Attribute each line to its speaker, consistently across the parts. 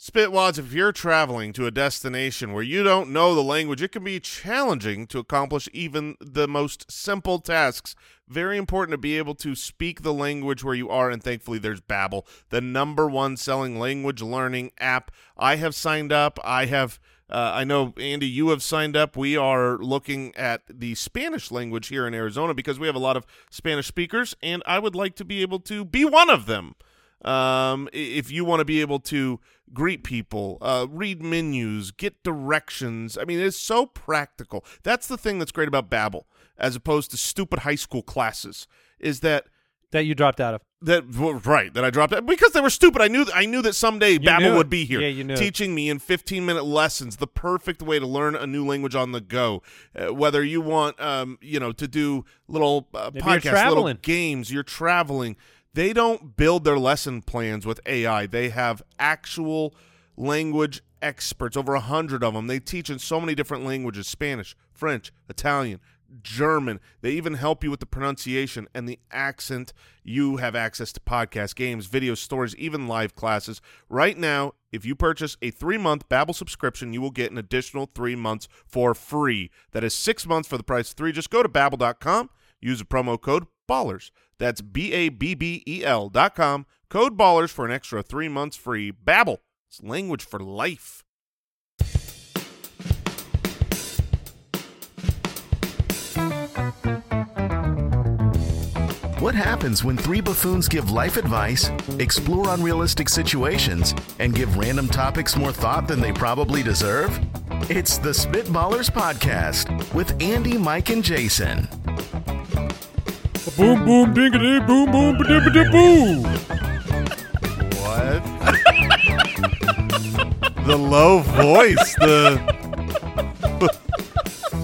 Speaker 1: Spitwads, if you're traveling to a destination where you don't know the language, it can be challenging to accomplish even the most simple tasks. Very important to be able to speak the language where you are, and thankfully there's Babbel, the number one selling language learning app. I have signed up. I have uh, I know, Andy, you have signed up. We are looking at the Spanish language here in Arizona because we have a lot of Spanish speakers, and I would like to be able to be one of them. Um, i- if you want to be able to greet people, uh, read menus, get directions, I mean, it's so practical. That's the thing that's great about Babbel, as opposed to stupid high school classes, is that
Speaker 2: that you dropped out of.
Speaker 1: that well, right that I dropped out because they were stupid. I knew I knew that someday
Speaker 2: knew
Speaker 1: Babbel
Speaker 2: it.
Speaker 1: would be here,
Speaker 2: Yeah, you knew it.
Speaker 1: teaching me in 15 minute lessons the perfect way to learn a new language on the go. Uh, whether you want, um, you know, to do little uh,
Speaker 2: Maybe you're
Speaker 1: podcasts, little
Speaker 2: traveling.
Speaker 1: games, you're traveling. They don't build their lesson plans with AI. They have actual language experts, over a hundred of them. They teach in so many different languages: Spanish, French, Italian, German. They even help you with the pronunciation and the accent. You have access to podcasts, games, video stories, even live classes. Right now, if you purchase a three-month Babbel subscription, you will get an additional three months for free. That is six months for the price of three. Just go to Babbel.com, use the promo code BALLERS. That's B-A-B-B-E-L E dot com, code BALLERS for an extra three months free. Babbel, it's language for life.
Speaker 3: What happens when three buffoons give life advice, explore unrealistic situations, and give random topics more thought than they probably deserve? It's the Spitballers Podcast with Andy, Mike, and Jason.
Speaker 2: Boom, boom, dingity, boom, boom, ba boom.
Speaker 1: What? the low voice, the...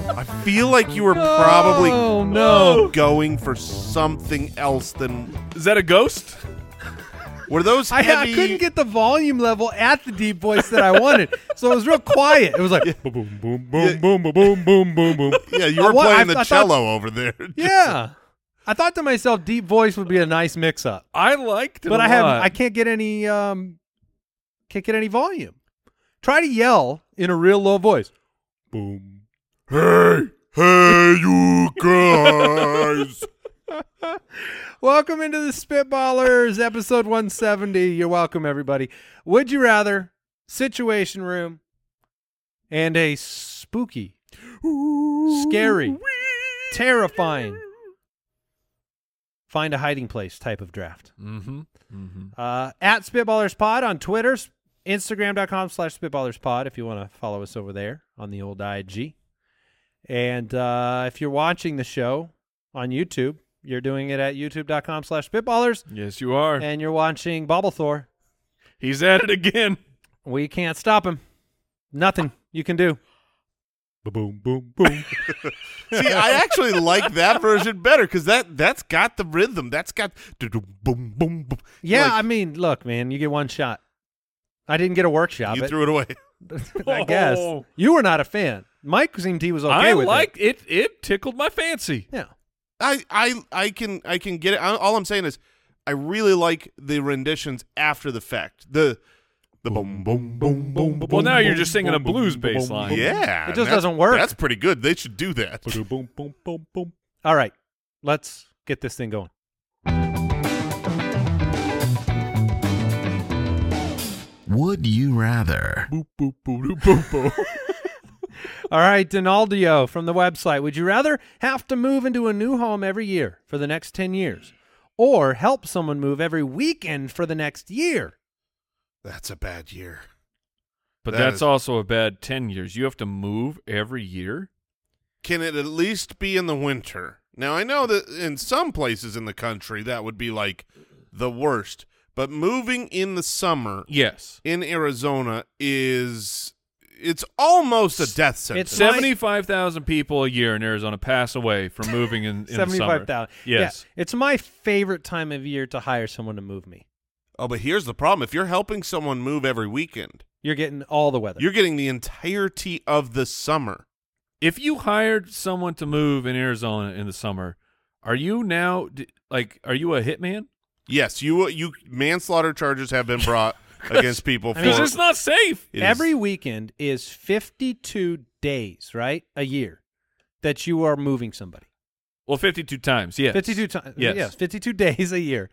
Speaker 1: I feel like you were probably
Speaker 2: Oh, no.
Speaker 1: going for something else than...
Speaker 4: Is that a ghost?
Speaker 1: Were those
Speaker 2: I,
Speaker 1: heavy...
Speaker 2: I couldn't get the volume level at the deep voice that I wanted, so it was real quiet. It was like boom, boom, boom, boom, boom, boom, boom, boom, boom, boom.
Speaker 1: Yeah, you were
Speaker 2: I wa- I-
Speaker 1: playing the
Speaker 2: I thought-
Speaker 1: cello over there.
Speaker 2: Yeah, I thought to myself, deep voice would be a nice mix-up,
Speaker 4: I liked it.
Speaker 2: but
Speaker 4: I
Speaker 2: I have I can't get any um, can't get any volume. Try to yell in a real low voice. Boom.
Speaker 1: Hey, hey, you guys.
Speaker 2: Welcome into the Spitballers, episode 170. You're welcome, everybody. Would you rather situation room and a spooky, scary, terrifying, find a hiding place type of draft?
Speaker 4: Mm-hmm. Mm-hmm.
Speaker 2: Uh, at Spitballers Pod on Twitter, s- Instagram.com slash Spitballers Pod if you want to follow us over there on the old IG. And uh, if you're watching the show on YouTube, you're doing it at youtube.com slash Spitballers
Speaker 4: Yes, you are.
Speaker 2: and you're watching Bobblethor.
Speaker 4: He's at it again.
Speaker 2: We can't stop him. Nothing you can do.
Speaker 4: Boom, boom, boom.
Speaker 1: See, I actually like that version better because that that's got the rhythm. That's got boom, boom, boom.
Speaker 2: Yeah,
Speaker 1: Like,
Speaker 2: I mean, look, man, you get one shot. I didn't get a workshop.
Speaker 1: you
Speaker 2: it-
Speaker 1: threw it away.
Speaker 2: I guess
Speaker 4: Whoa.
Speaker 2: you were not a fan. Mike seemed he was okay
Speaker 4: Oh. I
Speaker 2: with
Speaker 4: liked it. it. tickled my fancy.
Speaker 2: it. Yeah.
Speaker 1: I, I, I can, I can get it. I, all I'm saying is, I really like the renditions after the fact. The, the boom, boom, boom, boom. boom
Speaker 4: Well, now you're
Speaker 1: boom,
Speaker 4: just singing a blues bass line.
Speaker 1: Yeah,
Speaker 2: It just
Speaker 1: that's-
Speaker 2: doesn't work.
Speaker 1: That's pretty good. They should do that.
Speaker 2: All right. Let's get this thing going.
Speaker 3: Would you rather?
Speaker 2: All right, Donaldio from the website. Would you rather have to move into a new home every year for the next 10 years or help someone move every weekend for the next year?
Speaker 1: That's a bad year.
Speaker 4: But
Speaker 1: That
Speaker 4: that's
Speaker 1: is-
Speaker 4: also a bad 10 years. You have to move every year?
Speaker 1: can it at least be in the winter? Now I know that in some places in the country that would be like the worst, But moving in the summer
Speaker 4: Yes.
Speaker 1: in Arizona is it's almost a death sentence.
Speaker 2: It's like-
Speaker 4: Seventy-five thousand people a year in Arizona pass away from moving in, in the summer.
Speaker 2: Seventy-five thousand.
Speaker 4: Yes.
Speaker 2: yeah, it's my favorite time of year to hire someone to move me.
Speaker 1: oh, but here's the problem: if you're helping someone move every weekend,
Speaker 2: You're getting all the weather.
Speaker 1: you're getting the entirety of the summer.
Speaker 4: If you hired someone to move in Arizona in the summer, are you now d- like are you a hitman?
Speaker 1: Yes, you you manslaughter charges have been brought against people for
Speaker 2: I mean,
Speaker 4: Because it's not safe.
Speaker 1: it is-
Speaker 2: Every weekend is fifty-two days, right? A year that you are moving somebody.
Speaker 4: Well, fifty-two times. Yes.
Speaker 2: 52 times.
Speaker 4: Yes.
Speaker 2: Yes, 52 days a year.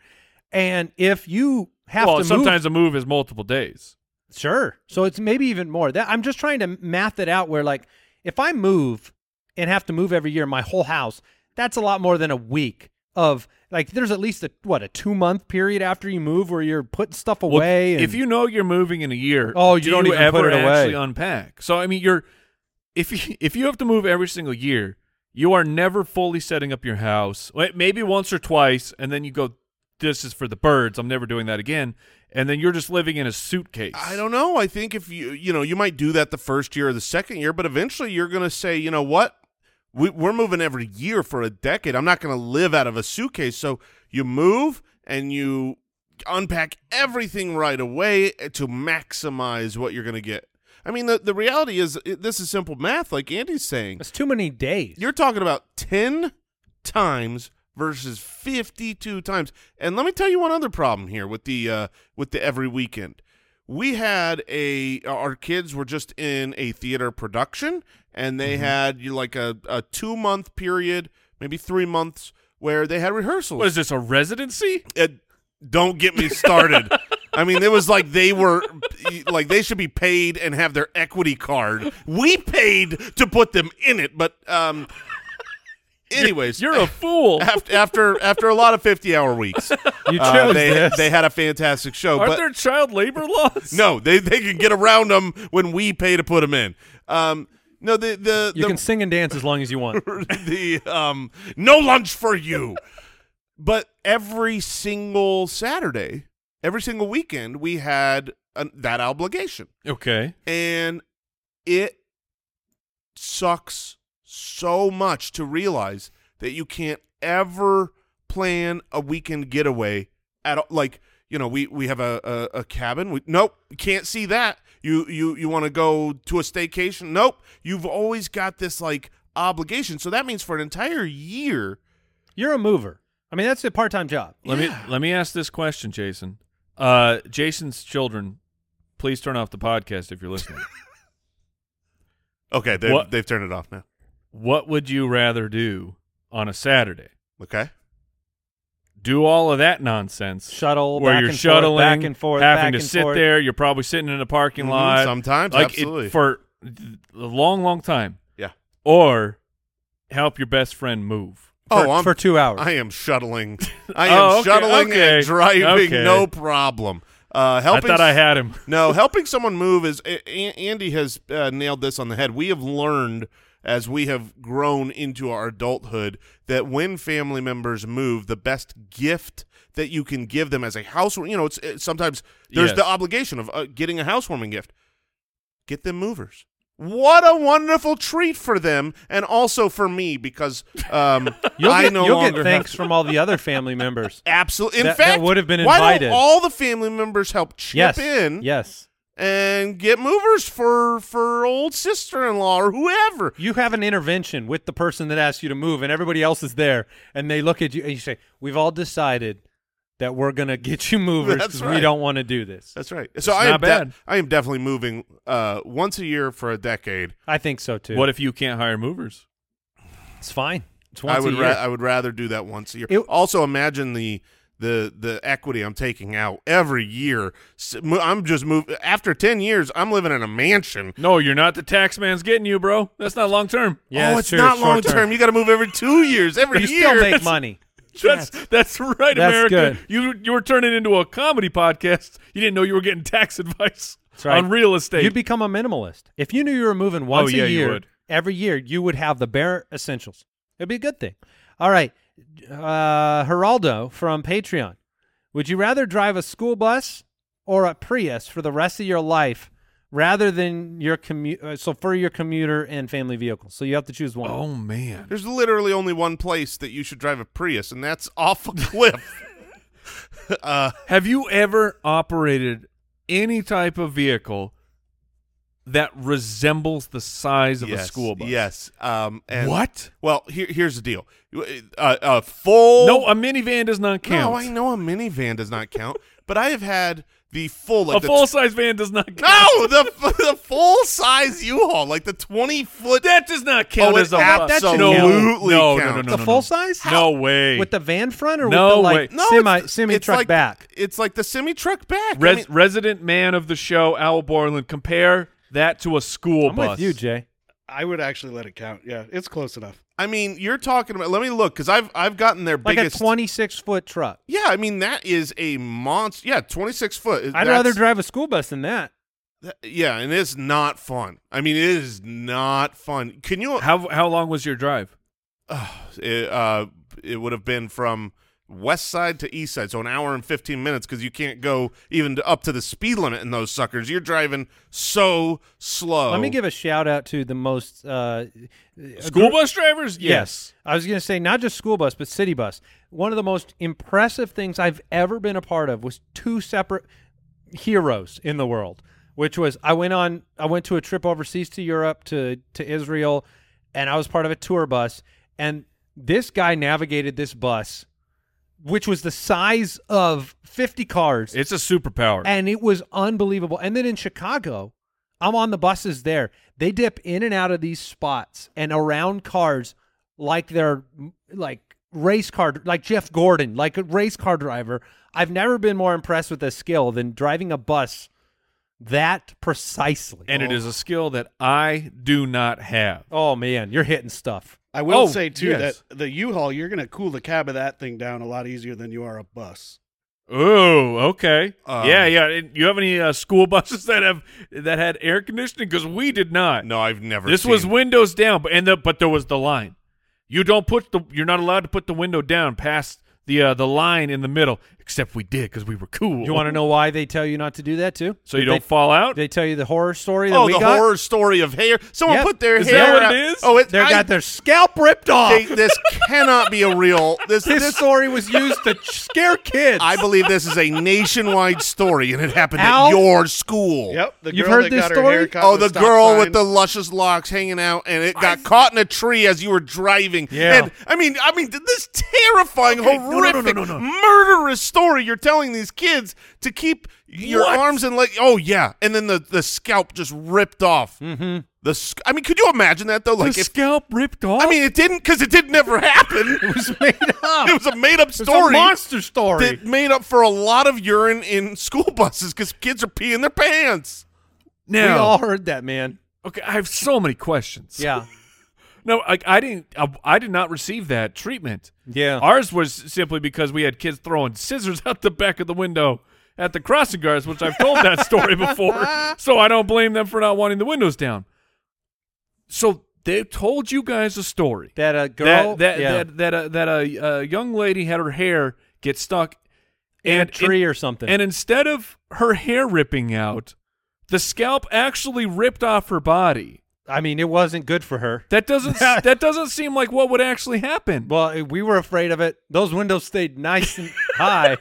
Speaker 2: And if you have
Speaker 4: well,
Speaker 2: to
Speaker 4: sometimes a move is multiple days.
Speaker 2: move, sure. So it's maybe even more. That I'm just trying to math it out where like if I move and have to move every year my whole house, that's a lot more than a week of like there's at least a what, a 2 month period after you move where you're putting stuff
Speaker 4: Well,
Speaker 2: away and
Speaker 4: if you know you're moving in a year,
Speaker 2: Oh, you
Speaker 4: do
Speaker 2: don't
Speaker 4: you
Speaker 2: even
Speaker 4: ever
Speaker 2: put it away.
Speaker 4: actually unpack. So I mean, you're if you, if you have to move every single year, you are never fully setting up your house. Wait, Maybe once or twice, and then you go, "This is for the birds. I'm never doing that again." And then you're just living in a suitcase.
Speaker 1: I don't know. I think if you you know you might do that the first year or the second year, but eventually you're going to say, you know what, we, we're moving every year for a decade. I'm not going to live out of a suitcase. So you move and you unpack everything right away eh, to maximize what you're going to get. I mean, the the reality is it, this is simple math, like Andy's saying.
Speaker 2: it's too many days.
Speaker 1: You're talking about ten times versus fifty-two times. And let me tell you one other problem here with the uh, with the every weekend. We had a our kids were just in a theater production, and they had you know, like a, a two month period, maybe three months, where they had rehearsals.
Speaker 4: What is this a residency?
Speaker 1: Uh, don't get me started. I mean, it was like they were like they should be paid and have their equity card. We paid to put them in it, but um anyways,
Speaker 4: You're a fool.
Speaker 1: after after after a lot of 50-hour weeks.
Speaker 2: You
Speaker 1: uh,
Speaker 2: chose
Speaker 1: they
Speaker 2: this.
Speaker 1: they had a fantastic show,
Speaker 4: Aren't
Speaker 1: but
Speaker 4: there child labor laws?
Speaker 1: no, they they can get around them when we pay to put them in. Um no, the the
Speaker 2: you
Speaker 1: the,
Speaker 2: can sing and dance as long as you want.
Speaker 1: the um no lunch for you. But every single Saturday, every single weekend, we had an, that obligation,
Speaker 4: Okay.
Speaker 1: and it sucks so much to realize that you can't ever plan a weekend getaway at all. Like you know, we we have a a, a cabin. We, nope, can't see that. You you you want to go to a staycation? Nope. You've always got this like obligation. So that means for an entire year,
Speaker 2: You're a mover. I mean, that's a part-time job.
Speaker 4: Let me let me ask this question, Jason. Uh, Jason's children, please turn off the podcast if you're listening.
Speaker 1: Okay, they've,
Speaker 4: What-
Speaker 1: they've turned it off now.
Speaker 4: what would you rather do on a Saturday?
Speaker 1: Okay.
Speaker 4: Do all of that nonsense,
Speaker 2: Shuttle
Speaker 4: where
Speaker 2: back
Speaker 4: you're
Speaker 2: and forth,
Speaker 4: shuttling,
Speaker 2: back and forth,
Speaker 4: having
Speaker 2: back
Speaker 4: to
Speaker 2: and
Speaker 4: sit
Speaker 2: forth.
Speaker 4: there. You're probably sitting in a parking
Speaker 1: Mhm,
Speaker 4: lot
Speaker 1: sometimes,
Speaker 4: like it-
Speaker 1: absolutely.
Speaker 4: for a long, long time.
Speaker 1: Yeah.
Speaker 4: Or help your best friend move.
Speaker 2: for,
Speaker 1: oh, I'm,
Speaker 2: for two hours.
Speaker 1: I am shuttling. I am
Speaker 4: Oh, okay,
Speaker 1: shuttling
Speaker 4: okay,
Speaker 1: and driving,
Speaker 4: okay.
Speaker 1: no problem. Uh, helping.
Speaker 4: I thought I
Speaker 1: s-
Speaker 4: had him.
Speaker 1: no, helping someone move is. A- A- Andy has uh, nailed this on the head. We have learned as we have grown into our adulthood that when family members move, the best gift that you can give them as a housewarming, you know, it's it, sometimes there's
Speaker 4: Yes.
Speaker 1: the obligation of uh, getting a housewarming gift. Get them movers. What a wonderful treat for them, and also for me because um,
Speaker 2: You'll
Speaker 1: I
Speaker 2: get,
Speaker 1: no
Speaker 2: you'll
Speaker 1: longer
Speaker 2: get
Speaker 1: have
Speaker 2: thanks
Speaker 1: to-
Speaker 2: from all the other family members.
Speaker 1: Absolutely. In
Speaker 2: That- that
Speaker 1: fact,
Speaker 2: would have been
Speaker 1: Why
Speaker 2: invited.
Speaker 1: don't all the family members help chip
Speaker 2: yes.
Speaker 1: in
Speaker 2: Yes.
Speaker 1: and get movers for for old sister in law or whoever?
Speaker 2: You have an intervention with the person that asked you to move, and everybody else is there, and they look at you and you say, "We've all decided that we're gonna get you movers
Speaker 1: That's
Speaker 2: because
Speaker 1: right.
Speaker 2: we don't want to do this."
Speaker 1: That's right. So
Speaker 4: It's
Speaker 1: I am
Speaker 4: not bad.
Speaker 1: I am definitely moving uh, once a year for a decade.
Speaker 2: I think so too.
Speaker 4: What if you can't hire movers?
Speaker 2: It's fine. It's once
Speaker 1: I would
Speaker 2: a year.
Speaker 1: ra- I would rather do that once a year.
Speaker 2: It-
Speaker 1: also, imagine the the the equity I'm taking out every year. S- mo- I'm just move after ten years. I'm living in a mansion.
Speaker 4: No, you're not. The tax man's getting you, bro. That's not long term.
Speaker 2: yeah,
Speaker 1: oh,
Speaker 2: it's
Speaker 1: it's
Speaker 2: true.
Speaker 1: not
Speaker 2: It's
Speaker 1: long
Speaker 2: short-term.
Speaker 1: term. You got to move every two years. Every
Speaker 2: You
Speaker 1: year.
Speaker 2: still make money.
Speaker 4: That's that's right,
Speaker 2: That's
Speaker 4: America.
Speaker 2: good.
Speaker 4: You you were turning into a comedy podcast. You didn't know you were getting tax advice
Speaker 2: That's right.
Speaker 4: on real estate. Oh,
Speaker 2: You'd become a minimalist if you knew you were moving once
Speaker 4: yeah,
Speaker 2: a
Speaker 4: you
Speaker 2: year.
Speaker 4: would.
Speaker 2: Every year, you would have the bare essentials. It'd be a good thing. All right, uh, Geraldo from Patreon Would you rather drive a school bus or a Prius for the rest of your life rather than your commute? Uh, so for your commuter and family vehicle. So you have to choose one.
Speaker 4: Oh man.
Speaker 1: There's literally only one place that you should drive a Prius, and that's off a cliff. uh,
Speaker 4: Have you ever operated any type of vehicle that resembles the size of a
Speaker 1: yes,
Speaker 4: school bus?
Speaker 1: Yes. Um, and
Speaker 4: What?
Speaker 1: Well, here, here's the deal. Uh, a full
Speaker 4: No, a minivan does not count.
Speaker 1: No, I know a minivan does not count, but I have had the full like
Speaker 4: A
Speaker 1: the
Speaker 4: full size van does not count.
Speaker 1: no the the full size U-Haul, like the twenty foot.
Speaker 4: That does not count
Speaker 1: Oh, it
Speaker 4: as a
Speaker 1: ab-
Speaker 4: bus.
Speaker 1: that should
Speaker 4: no,
Speaker 1: count.
Speaker 4: no, no, no, no,
Speaker 1: Counts.
Speaker 4: no,
Speaker 2: the
Speaker 4: no.
Speaker 2: full size?
Speaker 4: No way.
Speaker 2: With the van front or
Speaker 4: No
Speaker 2: with the
Speaker 4: way.
Speaker 2: like
Speaker 1: No,
Speaker 2: semi
Speaker 1: it's-
Speaker 2: semi
Speaker 1: it's
Speaker 2: truck
Speaker 1: like-
Speaker 2: back?
Speaker 1: It's like the semi truck back. I
Speaker 4: Res-
Speaker 1: mean,
Speaker 4: resident man of the show, Al Borland. Compare that to a school
Speaker 2: I'm
Speaker 4: bus.
Speaker 2: with you, Jay.
Speaker 5: I would actually let it count. Yeah, it's close enough.
Speaker 1: I mean, you're talking about. Let me look because I've I've gotten their
Speaker 2: Like
Speaker 1: biggest.
Speaker 2: a 26 foot truck.
Speaker 1: yeah, I mean that is a monster. Yeah, twenty six foot.
Speaker 2: I'd
Speaker 1: That's-
Speaker 2: rather drive a school bus than that.
Speaker 1: that- yeah, and it's not fun. I mean, it is not fun. Can you?
Speaker 4: How how long was your drive?
Speaker 1: it, uh, it would have been from west side to east side, so an hour and fifteen minutes because you can't go even to, up to the speed limit in those suckers. You're driving so slow.
Speaker 2: Let me give a shout out to the most uh,
Speaker 4: School bus drivers? Yes.
Speaker 2: I was going to say not just school bus, but city bus. One of the most impressive things I've ever been a part of was two separate heroes in the world, which was I went on I went to a trip overseas to Europe to to Israel and I was part of a tour bus and this guy navigated this bus which was the size of 50 cars
Speaker 4: It's a superpower.
Speaker 2: and it was unbelievable. And then in Chicago, I'm on the buses there. They dip in and out of these spots and around cars like they're like race car, like Jeff Gordon, like a race car driver. I've never been more impressed with a skill than driving a bus that precisely.
Speaker 4: and it is a skill that I do not have.
Speaker 2: oh man, you're hitting stuff.
Speaker 5: I will
Speaker 4: Oh,
Speaker 5: say too
Speaker 4: yes.
Speaker 5: that the U-Haul you're going to cool the cab of that thing down a lot easier than you are a bus.
Speaker 4: Oh, okay.
Speaker 1: Um,
Speaker 4: yeah, yeah. And You have any uh, school buses that have that had air conditioning? Because we did not.
Speaker 1: No, I've never.
Speaker 4: this
Speaker 1: seen-
Speaker 4: was windows down, but and the but there was the line. You don't put the. You're not allowed to put the window down past the uh, the line in the middle. Except we did because we were cool.
Speaker 2: You want to know why they tell you not to do that too?
Speaker 4: So you
Speaker 2: Did
Speaker 4: don't fall
Speaker 2: They,
Speaker 4: out.
Speaker 2: they tell you the horror story that
Speaker 1: Oh,
Speaker 2: we
Speaker 1: the
Speaker 2: got.
Speaker 1: horror story of hair. Someone
Speaker 2: Yep.
Speaker 1: put their
Speaker 4: Is that
Speaker 1: hair.
Speaker 4: what
Speaker 1: out.
Speaker 4: it is?
Speaker 1: Oh, it,
Speaker 2: They
Speaker 1: I-
Speaker 2: got their scalp ripped off.
Speaker 1: Hey, this cannot be a real. This
Speaker 2: this
Speaker 1: this.
Speaker 2: story was used to scare kids.
Speaker 1: I believe this is a nationwide story, and it happened at
Speaker 2: Al?
Speaker 1: your school.
Speaker 5: Yep, the
Speaker 2: You've
Speaker 5: girl
Speaker 2: heard
Speaker 5: that
Speaker 2: this
Speaker 5: got
Speaker 2: story?
Speaker 5: Her hair cut
Speaker 1: Oh,
Speaker 5: in
Speaker 1: the
Speaker 5: stop
Speaker 1: girl
Speaker 5: sign.
Speaker 1: with the luscious locks hanging out, and it got caught in a tree as you were driving.
Speaker 2: Yeah.
Speaker 1: And I mean, I mean, th- this terrifying,
Speaker 4: no, no, no,
Speaker 1: horrific,
Speaker 4: no, no.
Speaker 1: murderous story you're telling these kids to keep your
Speaker 4: What?
Speaker 1: arms and legs. Oh yeah, and then the the scalp just ripped off. Mm-hmm. The sc- I mean, could you imagine that though? Like
Speaker 4: the
Speaker 1: if.
Speaker 4: scalp ripped off.
Speaker 1: I mean, it didn't because it did never happen. it was made up. It was a made up story.
Speaker 2: monster story.
Speaker 1: that made up for a lot of urine in school buses because kids are peeing their pants.
Speaker 2: we
Speaker 4: now
Speaker 2: all heard that, man.
Speaker 4: okay. I have so many questions.
Speaker 2: Yeah,
Speaker 4: No, like I didn't. I, I did not receive that treatment.
Speaker 2: yeah.
Speaker 4: Ours was simply because we had kids throwing scissors out the back of the window at the crossing guards, which I've told that story before. So I don't blame them for not wanting the windows down. So they told you guys a story
Speaker 2: that a girl
Speaker 4: that that
Speaker 2: yeah,
Speaker 4: that that, uh, that a, uh young lady had her hair get stuck
Speaker 2: in a
Speaker 4: and
Speaker 2: tree or something.
Speaker 4: and instead of her hair ripping out, the scalp actually ripped off her body.
Speaker 2: I mean, it wasn't good for her.
Speaker 4: That doesn't that doesn't seem like what would actually happen.
Speaker 2: Well, eh, we were afraid of it. Those windows stayed nice and high.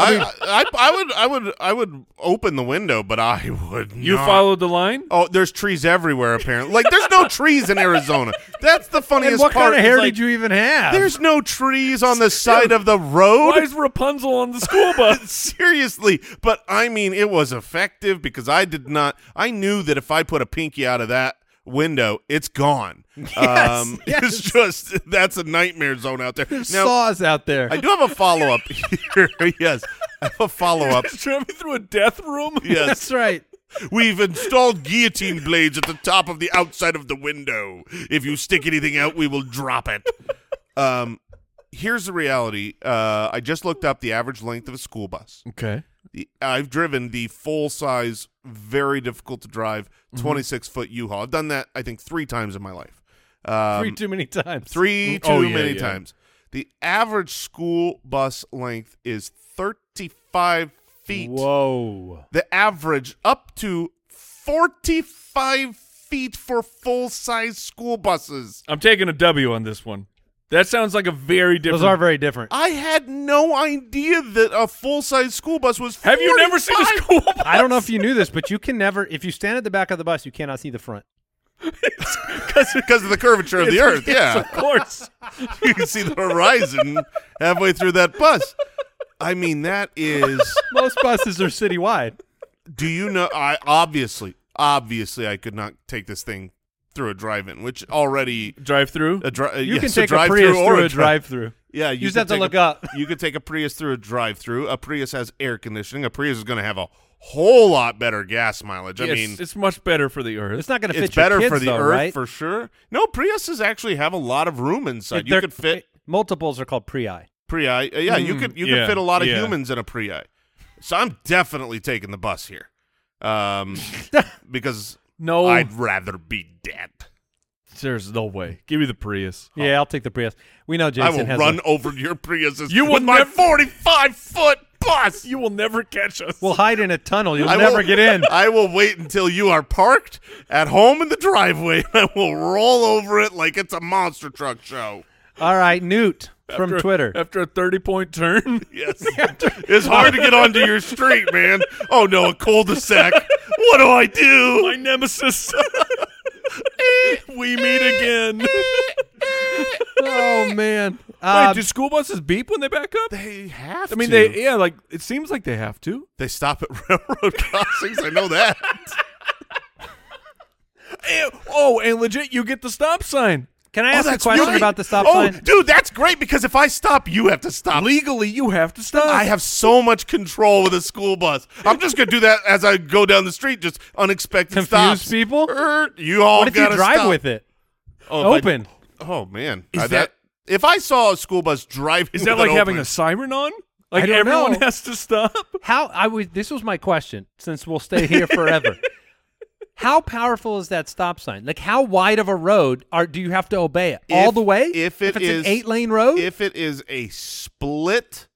Speaker 1: I, I, I would I would I would open the window, but I would
Speaker 4: you
Speaker 1: not.
Speaker 4: followed the line.
Speaker 1: Oh, there's trees everywhere. Apparently, like there's no trees in Arizona. That's the funniest
Speaker 2: and what
Speaker 1: part.
Speaker 2: kind of hair
Speaker 1: is, like,
Speaker 2: did you even have?
Speaker 1: There's no trees on the side of the road.
Speaker 4: Why is Rapunzel on the school bus?
Speaker 1: Seriously, but I mean, it was effective because I did not. I knew that if I put a pinky out of that window, it's gone. um, It's just that's a nightmare zone out there. Now,
Speaker 2: saws out there.
Speaker 1: I do have a follow up here. yes, I have a follow up.
Speaker 4: Driving through a death room.
Speaker 1: Yes,
Speaker 2: That's right.
Speaker 1: we've installed guillotine blades at the top of the outside of the window. If you stick anything out, we will drop it. Um, here's the reality. Uh, I just looked up the average length of a school bus.
Speaker 4: Okay.
Speaker 1: The- I've driven the full size, very difficult to drive,
Speaker 4: Mm-hmm.
Speaker 1: 26 foot U Haul. I've done that, I think, three times in my life. Um,
Speaker 2: Three too many times.
Speaker 1: three too
Speaker 4: Oh, yeah,
Speaker 1: many
Speaker 4: yeah.
Speaker 1: times. The average school bus length is 13 25 feet.
Speaker 2: Whoa.
Speaker 1: The average up to 45 feet for full size school buses.
Speaker 4: I'm taking a W on this one. That sounds like a very different.
Speaker 2: Those are very different.
Speaker 1: I had no idea that a full size school bus was.
Speaker 4: Have you never seen a
Speaker 1: 45
Speaker 4: school bus?
Speaker 2: I don't know if you knew this, but you can never if you stand at the back of the bus, you cannot see the front.
Speaker 1: because of the curvature of the earth.
Speaker 4: Yes,
Speaker 1: Yeah,
Speaker 4: of course.
Speaker 1: you can see the horizon halfway through that bus. I mean, that is.
Speaker 2: Most buses are citywide.
Speaker 1: Do you know? I obviously, obviously, I could not take this thing through a drive-in, which already
Speaker 4: Drive through.
Speaker 1: a, dri-
Speaker 2: You
Speaker 1: yes,
Speaker 2: can take a,
Speaker 1: drive-through
Speaker 2: Prius
Speaker 1: or
Speaker 2: through a
Speaker 1: dri-
Speaker 2: drive-through.
Speaker 1: Yeah,
Speaker 2: You just
Speaker 1: can
Speaker 2: have to
Speaker 1: take
Speaker 2: look
Speaker 1: a-
Speaker 2: up.
Speaker 1: You could take a Prius through a drive-through. A Prius has air conditioning. A Prius is going to have a whole lot better gas mileage. I
Speaker 4: Yes,
Speaker 1: mean,
Speaker 4: it's much better for the earth.
Speaker 2: It's not going to fit
Speaker 1: it's
Speaker 2: your
Speaker 1: better
Speaker 2: kids,
Speaker 1: for the
Speaker 2: though,
Speaker 1: earth
Speaker 2: right?
Speaker 1: for sure. No, Priuses actually have a lot of room
Speaker 2: If
Speaker 1: inside. you
Speaker 2: they're-
Speaker 1: could fit
Speaker 2: multiples are called Prii.
Speaker 1: Prii. Uh, yeah, you
Speaker 4: Mm,
Speaker 1: could you
Speaker 4: yeah,
Speaker 1: could fit a lot of
Speaker 4: yeah.
Speaker 1: humans in a Prii. So I'm definitely taking the bus here, um, because
Speaker 2: Oh.
Speaker 4: no,
Speaker 1: I'd rather be dead.
Speaker 4: there's no way. Give me the Prius.
Speaker 2: Yeah, I'll take the Prius. We know Jason
Speaker 1: I will
Speaker 2: has
Speaker 1: run
Speaker 2: A,
Speaker 1: over your Priuses.
Speaker 4: You will
Speaker 1: with my
Speaker 4: never-
Speaker 1: 45 foot bus.
Speaker 4: You will never catch us.
Speaker 2: we'll hide in a tunnel. You'll
Speaker 1: I
Speaker 2: never
Speaker 1: will-
Speaker 2: get in.
Speaker 1: I will wait until you are parked at home in the driveway. I will roll over it like it's a monster truck show.
Speaker 2: All right, Newt from
Speaker 4: After-
Speaker 2: Twitter.
Speaker 4: After a 30 point turn.
Speaker 1: Yes. it's hard to get onto your street, man. Oh no, a cul-de-sac. What do I
Speaker 4: my
Speaker 1: do?
Speaker 4: nemesis. we meet again.
Speaker 2: oh man.
Speaker 4: Wait,
Speaker 2: Uh,
Speaker 4: do school buses beep when they back up?
Speaker 1: They have
Speaker 4: I mean,
Speaker 1: to.
Speaker 4: they yeah, like it seems like they have to.
Speaker 1: they stop at railroad crossings. I know that.
Speaker 4: And- oh, and legit, you get the stop sign.
Speaker 2: can I
Speaker 1: Oh,
Speaker 2: ask a
Speaker 1: that's
Speaker 2: question
Speaker 1: right.
Speaker 2: about the stop
Speaker 1: oh,
Speaker 2: sign?
Speaker 1: dude, that's great because if I stop, you have to stop.
Speaker 4: Legally, you have to stop.
Speaker 1: I have so much control with a school bus. I'm just gonna do that as I go down the street, just unexpected
Speaker 2: Confuse
Speaker 1: stops.
Speaker 2: people?
Speaker 1: Er, You all
Speaker 2: What if you
Speaker 1: gotta
Speaker 2: drive
Speaker 1: stop.
Speaker 2: with it?
Speaker 1: Oh, if I-
Speaker 2: Open.
Speaker 1: oh man,
Speaker 4: Is
Speaker 1: Uh,
Speaker 4: that-
Speaker 1: if I saw a school bus driving?
Speaker 4: Is that like having a siren on? Like
Speaker 2: I don't
Speaker 4: everyone
Speaker 2: know.
Speaker 4: has to stop?
Speaker 2: How I would this was my question since we'll stay here forever. how powerful is that stop sign? Like how wide of a road are do you have to obey it? All
Speaker 1: If-
Speaker 2: the way?
Speaker 1: if it
Speaker 2: it's
Speaker 1: is-
Speaker 2: an eight lane road?
Speaker 1: If it is a split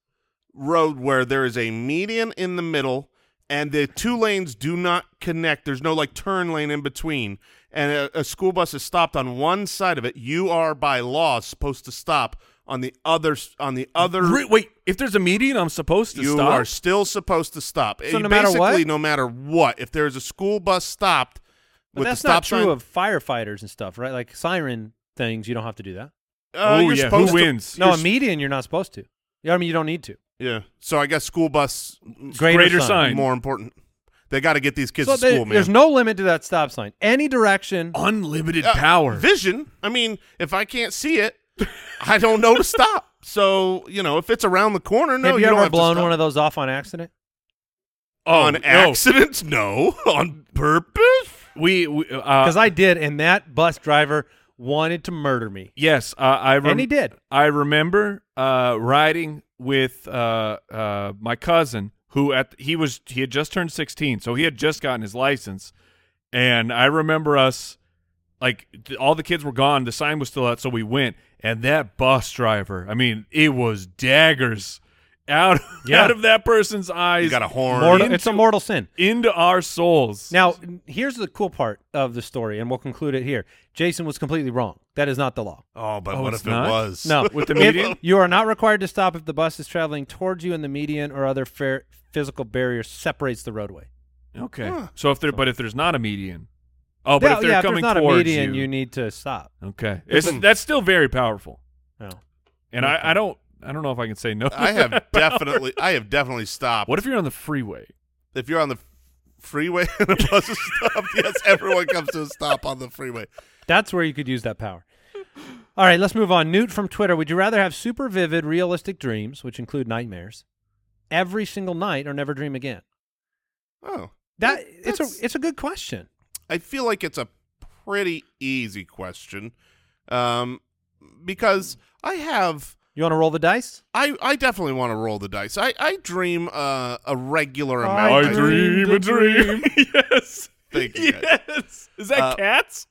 Speaker 1: road where there is a median in the middle and the two lanes do not connect, there's no like turn lane in between, and a, a school bus is stopped on one side of it, you are by law supposed to stop on the other s- on the other
Speaker 4: Re- Wait, if there's a meeting, I'm supposed to
Speaker 1: you
Speaker 4: stop.
Speaker 1: are still supposed to stop.
Speaker 2: So
Speaker 1: Uh,
Speaker 2: no matter what?
Speaker 1: basically, no matter what, if there is a school bus stopped
Speaker 2: but
Speaker 1: with
Speaker 2: that's
Speaker 1: the stop
Speaker 2: not true
Speaker 1: sign,
Speaker 2: of firefighters and stuff, right? Like siren things, you don't have to do that.
Speaker 1: uh,
Speaker 4: oh
Speaker 1: you're
Speaker 4: yeah,
Speaker 1: supposed
Speaker 4: who
Speaker 1: to-
Speaker 4: wins?
Speaker 2: No,
Speaker 1: You're
Speaker 2: a
Speaker 1: s-
Speaker 2: median you're not supposed to. Yeah, I mean you don't need to.
Speaker 1: yeah. So I guess school bus
Speaker 2: Greater,
Speaker 4: Greater
Speaker 2: sign.
Speaker 4: sign.
Speaker 1: more important. They got to get these kids
Speaker 2: So
Speaker 1: to
Speaker 2: they-
Speaker 1: school, man.
Speaker 2: there's no limit to that stop sign. Any direction.
Speaker 4: Unlimited
Speaker 1: Uh,
Speaker 4: power.
Speaker 1: vision. I mean, if I can't see it, I don't know to stop. So you know, if it's around the corner, no,
Speaker 2: have you,
Speaker 1: you,
Speaker 2: ever blown one of those off on accident?
Speaker 4: Oh,
Speaker 1: on accident? No, on purpose.
Speaker 4: We, we
Speaker 2: Because
Speaker 4: uh,
Speaker 2: I did, and that bus driver wanted to murder me,
Speaker 4: yes, uh, I rem-
Speaker 2: and he did.
Speaker 4: I remember uh, riding with uh, uh, my cousin who at he was he had just turned 16, so he had just gotten his license, and I remember us like th- all the kids were gone, the sign was still out, so we went, and that bus driver, I mean, it was daggers out
Speaker 2: Yeah.
Speaker 4: out of that person's eyes
Speaker 1: You got a horn.
Speaker 2: Mortal, it's a mortal sin.
Speaker 4: into our souls.
Speaker 2: Now, n- here's the cool part of the story, and we'll conclude it here. Jason was completely wrong. That is not the law.
Speaker 1: Oh, but
Speaker 4: Oh,
Speaker 1: what
Speaker 4: it's
Speaker 1: if
Speaker 4: not?
Speaker 1: it was?
Speaker 2: No,
Speaker 4: With the
Speaker 2: If-
Speaker 4: median?
Speaker 2: you are not required to stop if the bus is traveling towards you in the median or other fair, physical barrier separates the roadway.
Speaker 4: okay,
Speaker 1: Huh.
Speaker 4: so if there but if there's not a median, oh, but
Speaker 2: yeah,
Speaker 4: if they're
Speaker 2: yeah, if
Speaker 4: coming
Speaker 2: there's not a
Speaker 4: towards
Speaker 2: median, you need to stop.
Speaker 4: Okay, it's, that's still very powerful,
Speaker 2: No.
Speaker 4: and I, I don't I don't know if I can say no. to
Speaker 1: I have
Speaker 4: that power.
Speaker 1: definitely, I have definitely stopped.
Speaker 4: What if you're on the freeway?
Speaker 1: if you're on the freeway and a bus is stopped? Yes, everyone comes to a stop on the freeway.
Speaker 2: That's where you could use that power. All right, let's move on. Newt from Twitter. Would you rather have super vivid, realistic dreams, which include nightmares, every single night or never dream again?
Speaker 1: Oh,
Speaker 2: That it's
Speaker 1: That's-
Speaker 2: a it's a good question.
Speaker 1: I feel like it's a pretty easy question, um, because I have.
Speaker 2: You want to roll the dice?
Speaker 1: I, I definitely want to roll the dice. I, I dream uh, a regular
Speaker 2: I
Speaker 1: amount.
Speaker 2: dream a dream.
Speaker 4: yes.
Speaker 1: Thank you, guys.
Speaker 4: yes. Is that
Speaker 1: Uh,
Speaker 4: cats?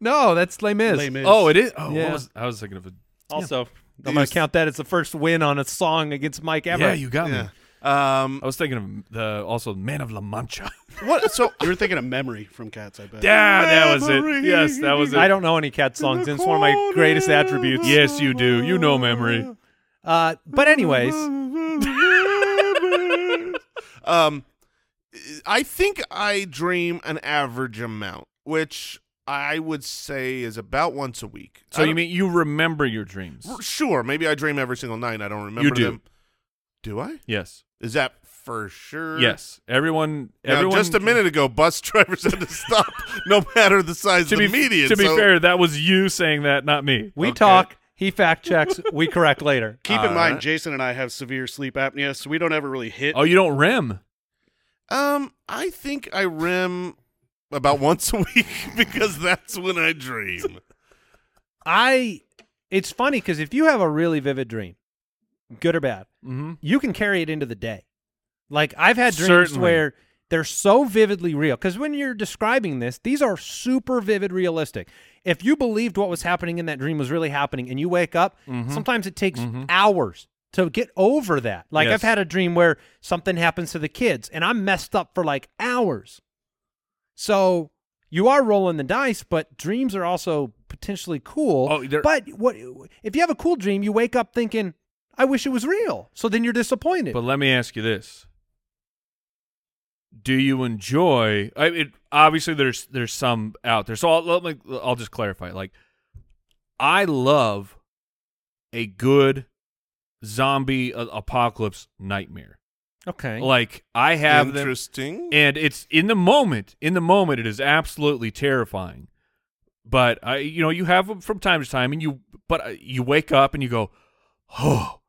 Speaker 2: No, that's Les Mis.
Speaker 5: Les Mis.
Speaker 4: Oh, it is. Oh,
Speaker 2: Yeah.
Speaker 4: what was, I was thinking of a.
Speaker 2: Also, I'm gonna count that as the first win on a song against Mike ever.
Speaker 4: Yeah, you got me.
Speaker 1: Yeah. Um,
Speaker 4: I was thinking of the also Man of La Mancha.
Speaker 1: what? So
Speaker 5: You were thinking of memory from Cats, I bet.
Speaker 4: yeah, that was it. Yes, that was it.
Speaker 2: I don't know any cat songs. and It's one of my greatest attributes.
Speaker 4: Yes, you do. You know memory.
Speaker 2: Uh, but anyways,
Speaker 1: um, I think I dream an average amount, which I would say is about once a week. I
Speaker 4: So you
Speaker 1: don't-
Speaker 4: mean you remember your dreams?
Speaker 1: R- Sure, maybe I dream every single night. I don't remember
Speaker 4: do.
Speaker 1: them. Do I?
Speaker 4: Yes.
Speaker 1: Is that for sure?
Speaker 4: Yes. Everyone.
Speaker 1: Now,
Speaker 4: everyone.
Speaker 1: just a minute ago, bus drivers had to stop, no matter the size
Speaker 4: To
Speaker 1: of the
Speaker 4: be
Speaker 1: median.
Speaker 4: to be
Speaker 1: so-
Speaker 4: fair, that was you saying that, not me.
Speaker 2: we
Speaker 1: Okay.
Speaker 2: talk. He fact checks. We correct later.
Speaker 5: Keep
Speaker 1: All
Speaker 5: in mind,
Speaker 1: right.
Speaker 5: Jason and I have severe sleep apnea, so we don't ever really hit.
Speaker 4: Oh, you don't rim.
Speaker 1: um, I think I rim about once a week because that's when I dream.
Speaker 2: I. It's funny because if you have a really vivid dream, good or bad,
Speaker 4: Mm-hmm.
Speaker 2: you can carry it into the day. Like I've had dreams
Speaker 4: Certainly.
Speaker 2: where they're so vividly real because when you're describing this, these are super vivid, realistic. If you believed what was happening in that dream was really happening, and you wake up,
Speaker 4: Mhm.
Speaker 2: sometimes it takes
Speaker 4: Mhm.
Speaker 2: hours to get over that. Like
Speaker 4: Yes.
Speaker 2: I've had a dream where something happens to the kids, and I'm messed up for like hours. So you are rolling the dice, but dreams are also potentially cool.
Speaker 4: Oh, they're-
Speaker 2: but what if you have a cool dream? You wake up thinking, "I wish it was real." So then you're disappointed.
Speaker 4: But let me ask you this: Do you enjoy? I it, obviously there's there's some out there, so I'll let me, I'll just clarify. Like, I love a good zombie uh, apocalypse nightmare.
Speaker 2: okay,
Speaker 4: Like I have them,
Speaker 1: Interesting.
Speaker 4: and it's in the moment. In the moment, it is absolutely terrifying. But I, you know, you have them from time to time, and you, but uh, you wake up and you go, oh,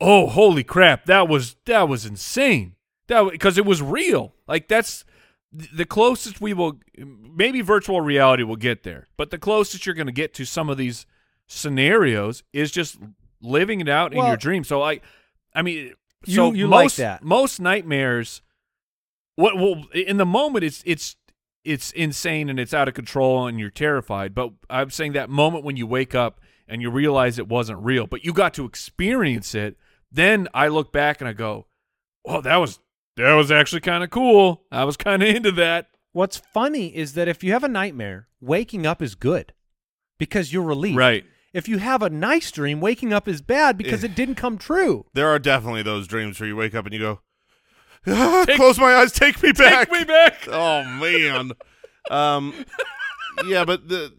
Speaker 4: oh, holy crap, that was that was insane. That because it was real. Like that's th- the closest we will. Maybe virtual reality will get there, but the closest you're going to get to some of these scenarios is just living it out in
Speaker 2: Well-
Speaker 4: your dream. So I, I mean,
Speaker 2: You-
Speaker 4: so
Speaker 2: you like
Speaker 4: most,
Speaker 2: that.
Speaker 4: Most nightmares, what well in the moment it's it's it's insane and it's out of control and you're terrified. But I'm saying that moment when you wake up and you realize it wasn't real, but you got to experience it. Then I look back and I go, "Oh, that was that was actually kind of cool. I was kind of into that."
Speaker 2: What's funny is that if you have a nightmare, waking up is good because you're relieved.
Speaker 4: Right.
Speaker 2: If you have a nice dream, waking up is bad because it didn't come true.
Speaker 1: There are definitely those dreams where you wake up and you go, "Ah, close my eyes, take me back.
Speaker 4: Take me back.
Speaker 1: Oh man. um, yeah, but the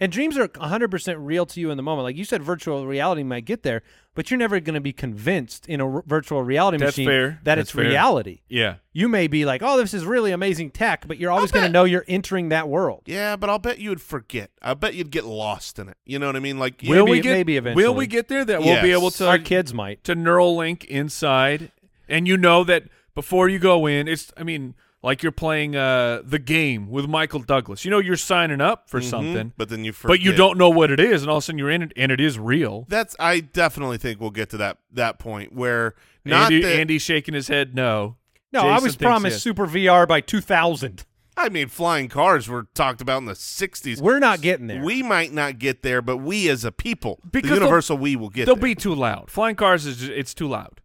Speaker 2: And dreams are 100% real to you in the moment. Like you said, virtual reality might get there, but you're never going to be convinced in a r- virtual reality
Speaker 4: That's
Speaker 2: machine
Speaker 4: fair.
Speaker 2: that
Speaker 4: That's
Speaker 2: it's
Speaker 4: fair.
Speaker 2: reality.
Speaker 4: Yeah.
Speaker 2: You may be like, oh, this is really amazing tech, but you're always going to know you're entering that world.
Speaker 1: yeah, but I'll bet you would forget. I bet you'd get lost in it. You know what I mean? Like mm-hmm,
Speaker 2: Will Maybe- we get- maybe eventually.
Speaker 4: Will we get there that we'll be
Speaker 1: Yes.
Speaker 4: able to
Speaker 2: Our kids might.
Speaker 4: to Neuralink inside, and you know that before you go in, it's I mean, like you're playing uh, the game with Michael Douglas. You know, you're signing up for
Speaker 1: Mhm,
Speaker 4: something,
Speaker 1: but then you forget.
Speaker 4: but you don't know what it is, and all of a sudden you're in it, and it is real.
Speaker 1: That's. I definitely think we'll get to that that point where not
Speaker 4: Andy,
Speaker 1: that,
Speaker 4: Andy's shaking his head no.
Speaker 2: No, I
Speaker 4: Jason
Speaker 2: was
Speaker 4: thinks
Speaker 2: promised
Speaker 4: yes.
Speaker 2: Super VR by 2000.
Speaker 1: I mean, flying cars were talked about in the '60s.
Speaker 2: We're not getting there.
Speaker 1: We might not get there, but we as a people,
Speaker 4: Because
Speaker 1: the
Speaker 4: they'll-
Speaker 1: universal we will get
Speaker 4: They'll
Speaker 1: there.
Speaker 4: be too loud. Flying cars is ju- it's too loud.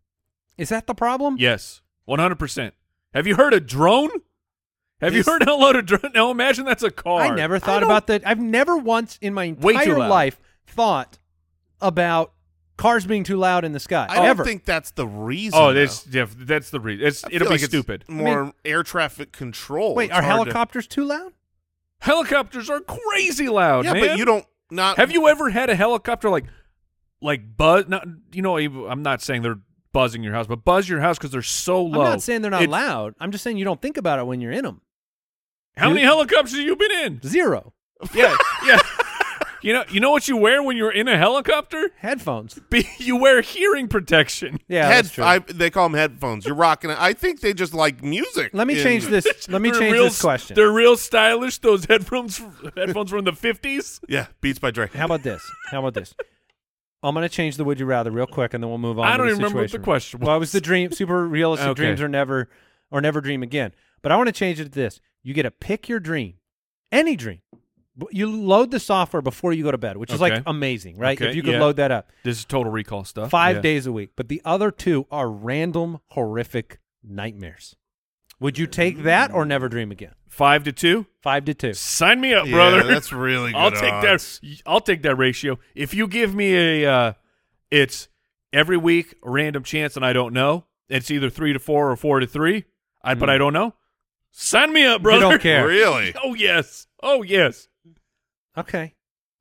Speaker 2: is that the problem?
Speaker 4: Yes, one hundred percent. Have you heard a drone? Have
Speaker 1: Is-
Speaker 4: you heard how loud a drone? Now imagine that's a car.
Speaker 2: I never thought
Speaker 1: don't-
Speaker 2: about that. I've never once in my
Speaker 4: Way too
Speaker 2: entire
Speaker 4: loud.
Speaker 2: life thought about cars being too loud in the sky.
Speaker 1: I don't
Speaker 2: Ever.
Speaker 1: think that's the reason.
Speaker 4: Oh,
Speaker 1: though.
Speaker 4: that's yeah, that's the reason. It's
Speaker 1: I
Speaker 4: it'll
Speaker 1: feel
Speaker 4: be
Speaker 1: like it's
Speaker 4: stupid.
Speaker 1: More air traffic control.
Speaker 2: Wait,
Speaker 1: It's
Speaker 2: are
Speaker 1: hard to-
Speaker 2: helicopters too loud?
Speaker 4: Helicopters are crazy loud,
Speaker 1: yeah,
Speaker 4: man.
Speaker 1: but you don't not
Speaker 4: Have you ever had a helicopter like, like buzz? Not you know. I'm not saying they're buzzing your house, but buzz your house because they're so low.
Speaker 2: I'm not saying they're not
Speaker 4: It's-
Speaker 2: loud. I'm just saying you don't think about it when you're in them.
Speaker 4: How many helicopters have you been in?
Speaker 2: Zero.
Speaker 4: yeah, yeah. You know, you know what you wear when you're in a helicopter?
Speaker 2: Headphones.
Speaker 4: Be, you wear hearing protection.
Speaker 2: Yeah,
Speaker 1: head,
Speaker 2: that's true.
Speaker 1: I, they call them headphones. You're rocking it. I think they just like music.
Speaker 2: Let me
Speaker 1: in-
Speaker 2: change this. Let me
Speaker 4: They're
Speaker 2: change
Speaker 4: real
Speaker 2: this
Speaker 4: s-
Speaker 2: question.
Speaker 4: They're real stylish. Those headphones, headphones from the fifties.
Speaker 1: Yeah, Beats by Dre.
Speaker 2: How about this? How about this? I'm going to change the would you rather real quick, and then we'll move on.
Speaker 4: I
Speaker 2: to
Speaker 4: don't
Speaker 2: the
Speaker 4: even remember what the
Speaker 2: situation.
Speaker 4: question
Speaker 2: Well, it was
Speaker 4: was.
Speaker 2: the dream. Super realistic
Speaker 4: Okay.
Speaker 2: dreams are never or never dream again. But I want to change it to this: you get to pick your dream, any dream, b- you load the software before you go to bed, which is like
Speaker 4: Okay.
Speaker 2: amazing, right?
Speaker 4: Okay,
Speaker 2: If you could
Speaker 4: yeah.
Speaker 2: load that up
Speaker 4: This is total recall stuff.
Speaker 2: five
Speaker 4: Yeah.
Speaker 2: days a week, but the other two are random, horrific nightmares. Would you take that or never dream again?
Speaker 4: Five to two?
Speaker 2: Five to two.
Speaker 4: Sign me up,
Speaker 1: Yeah,
Speaker 4: brother.
Speaker 1: that's really good.
Speaker 4: I'll take
Speaker 1: odds.
Speaker 4: that. I'll take that ratio. If you give me a, uh, it's every week random chance, and I don't know. It's either three to four or four to three. I
Speaker 1: Hmm.
Speaker 4: but I don't know. Sign me up, brother.
Speaker 2: don't care.
Speaker 1: Really?
Speaker 4: Oh yes. Oh yes.
Speaker 2: Okay.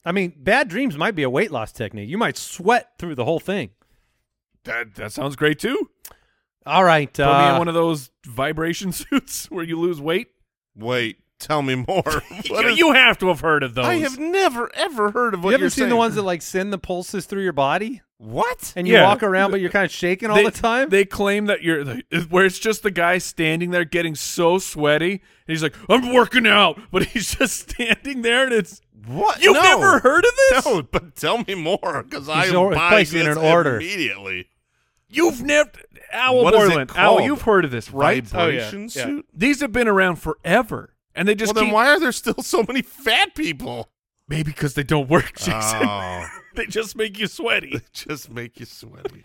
Speaker 2: I mean, bad dreams might be a weight loss technique. You might sweat through the whole thing.
Speaker 4: That that sounds great too.
Speaker 2: All right.
Speaker 4: Put
Speaker 2: uh,
Speaker 4: me in one of those vibration suits where you lose weight.
Speaker 1: Wait, tell me more. What
Speaker 4: you,
Speaker 1: is-
Speaker 4: you have to have heard of those.
Speaker 1: I have never ever heard of what
Speaker 2: you haven't
Speaker 1: are
Speaker 2: seen the ones that like send the pulses through your body
Speaker 1: What?
Speaker 2: and you
Speaker 4: Yeah.
Speaker 2: walk around, but you're kind of shaking all
Speaker 4: they,
Speaker 2: the time?
Speaker 4: They claim that you're where it's just the guy standing there getting so sweaty, and he's like, "I'm working out," but he's just standing there, and it's
Speaker 1: What?
Speaker 4: you've
Speaker 1: No.
Speaker 4: never heard of this.
Speaker 1: No, but tell me more because I'm
Speaker 2: or-
Speaker 1: buying
Speaker 2: placing an
Speaker 1: this
Speaker 2: order.
Speaker 1: immediately.
Speaker 4: You've never Owl
Speaker 1: What is it
Speaker 4: Borland. Owl,
Speaker 1: called?
Speaker 4: you've heard of this, right?
Speaker 5: Oh, yeah.
Speaker 1: Vibration
Speaker 5: Yeah.
Speaker 1: suit.
Speaker 4: These have been around forever, and they just
Speaker 1: well, then
Speaker 4: keep-
Speaker 1: why are there still so many fat people?
Speaker 4: maybe because they don't work, Jason.
Speaker 1: Oh,
Speaker 4: they just make you sweaty.
Speaker 1: they just make you sweaty.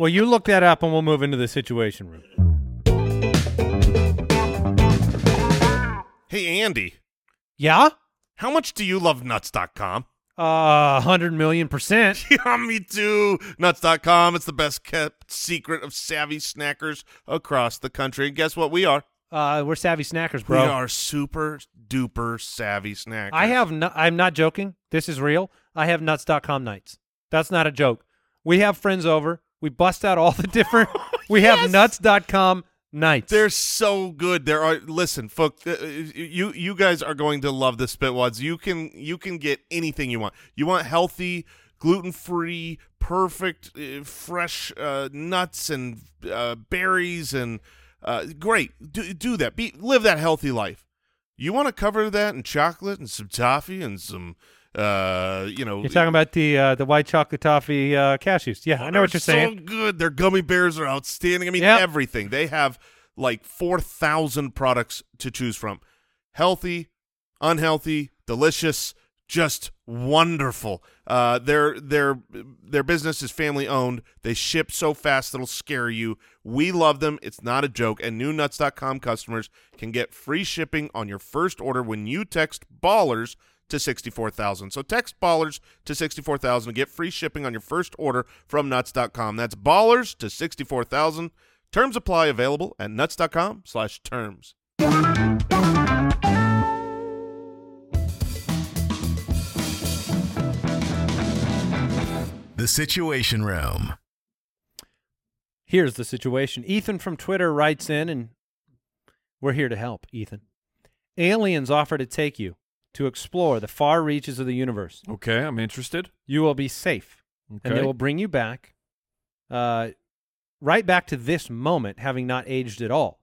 Speaker 2: well, you look that up and we'll move into the situation room.
Speaker 1: hey, Andy,
Speaker 2: Yeah?
Speaker 1: how much do you love nuts.com?
Speaker 2: Uh, 100 million percent.
Speaker 1: Yeah, me too. Nuts.com. It's the best kept secret of savvy snackers across the country. And guess what? We are.
Speaker 2: Uh, we're savvy snackers, bro.
Speaker 1: We are super duper savvy snackers.
Speaker 2: I have. No, I'm not joking. This is real. I have nuts.com nights. That's not a joke. We have friends over. We bust out all the different. we have nuts.com nights.
Speaker 1: They're so good. There are listen, folks. uh, You you guys are going to love the spitwads. You can you can get anything you want. You want healthy, gluten free, perfect, uh, fresh uh, nuts and uh, berries and uh, great. Do do that. Be live that healthy life. You want to cover that in chocolate and some toffee and some uh you know
Speaker 2: You're talking about the uh, the white chocolate toffee uh, cashews. Yeah, I know what
Speaker 1: they're
Speaker 2: you're saying.
Speaker 1: So good. Their gummy bears are outstanding. I mean,
Speaker 2: Yep.
Speaker 1: everything. They have like 4,000 products to choose from. Healthy, unhealthy, delicious, just wonderful. Uh, their their their business is family owned. They ship so fast it'll scare you. We love them. It's not a joke. And new nuts.com customers can get free shipping on your first order when you text ballers to 64,000. So text ballers to 64,000 to get free shipping on your first order from nuts.com. That's ballers to 64,000. Terms apply available at nuts.com slash terms.
Speaker 3: The Situation Room.
Speaker 2: Here's the situation. Ethan from Twitter writes in, and we're here to help. Ethan, aliens offer to take you to explore the far reaches of the universe.
Speaker 4: Okay, I'm interested.
Speaker 2: You will be safe. and they will bring you back uh, right back to this moment having not aged at all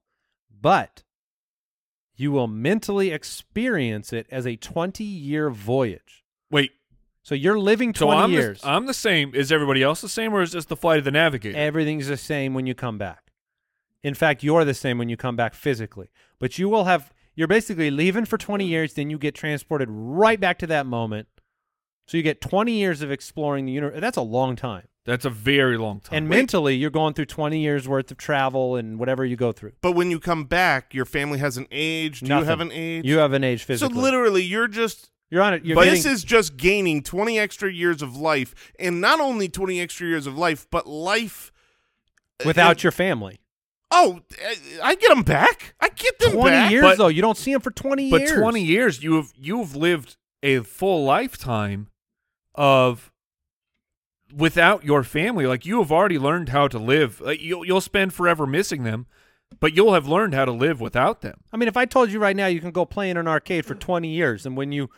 Speaker 2: but you will mentally experience it as a 20 year voyage
Speaker 4: Wait,
Speaker 2: so you're living 20
Speaker 4: so I'm
Speaker 2: years
Speaker 4: The, I'm the same. Is everybody else the same, or is this the flight of the navigator?
Speaker 2: everything's the same when you come back in fact you're the same when you come back physically but you will have you're basically leaving for 20 years then you get transported right back to that moment so you get 20 years of exploring the universe that's a long time
Speaker 4: That's a very long time.
Speaker 2: And mentally, you're going through 20 years worth of travel and whatever you go through.
Speaker 1: But when you come back, your family hasn't aged.
Speaker 2: Nothing.
Speaker 1: You haven't aged.
Speaker 2: You have an age physically.
Speaker 1: So literally, you're just.
Speaker 2: you're on it. You're
Speaker 1: but
Speaker 2: getting,
Speaker 1: this is just gaining 20 extra years of life, and not only 20 extra years of life, but life uh,
Speaker 2: without your family.
Speaker 1: Oh, I- I get them back. I get them
Speaker 2: 20
Speaker 1: back.
Speaker 2: years
Speaker 4: But-
Speaker 2: though. You don't see them for 20
Speaker 4: but
Speaker 2: years.
Speaker 4: 20 years, you have you have lived a full lifetime of without your family. Like you have already learned how to live. Like you'll you'll spend forever missing them, but you'll have learned how to live without them.
Speaker 2: I mean, if I told you right now you can go play in an arcade for 20 years, and when you,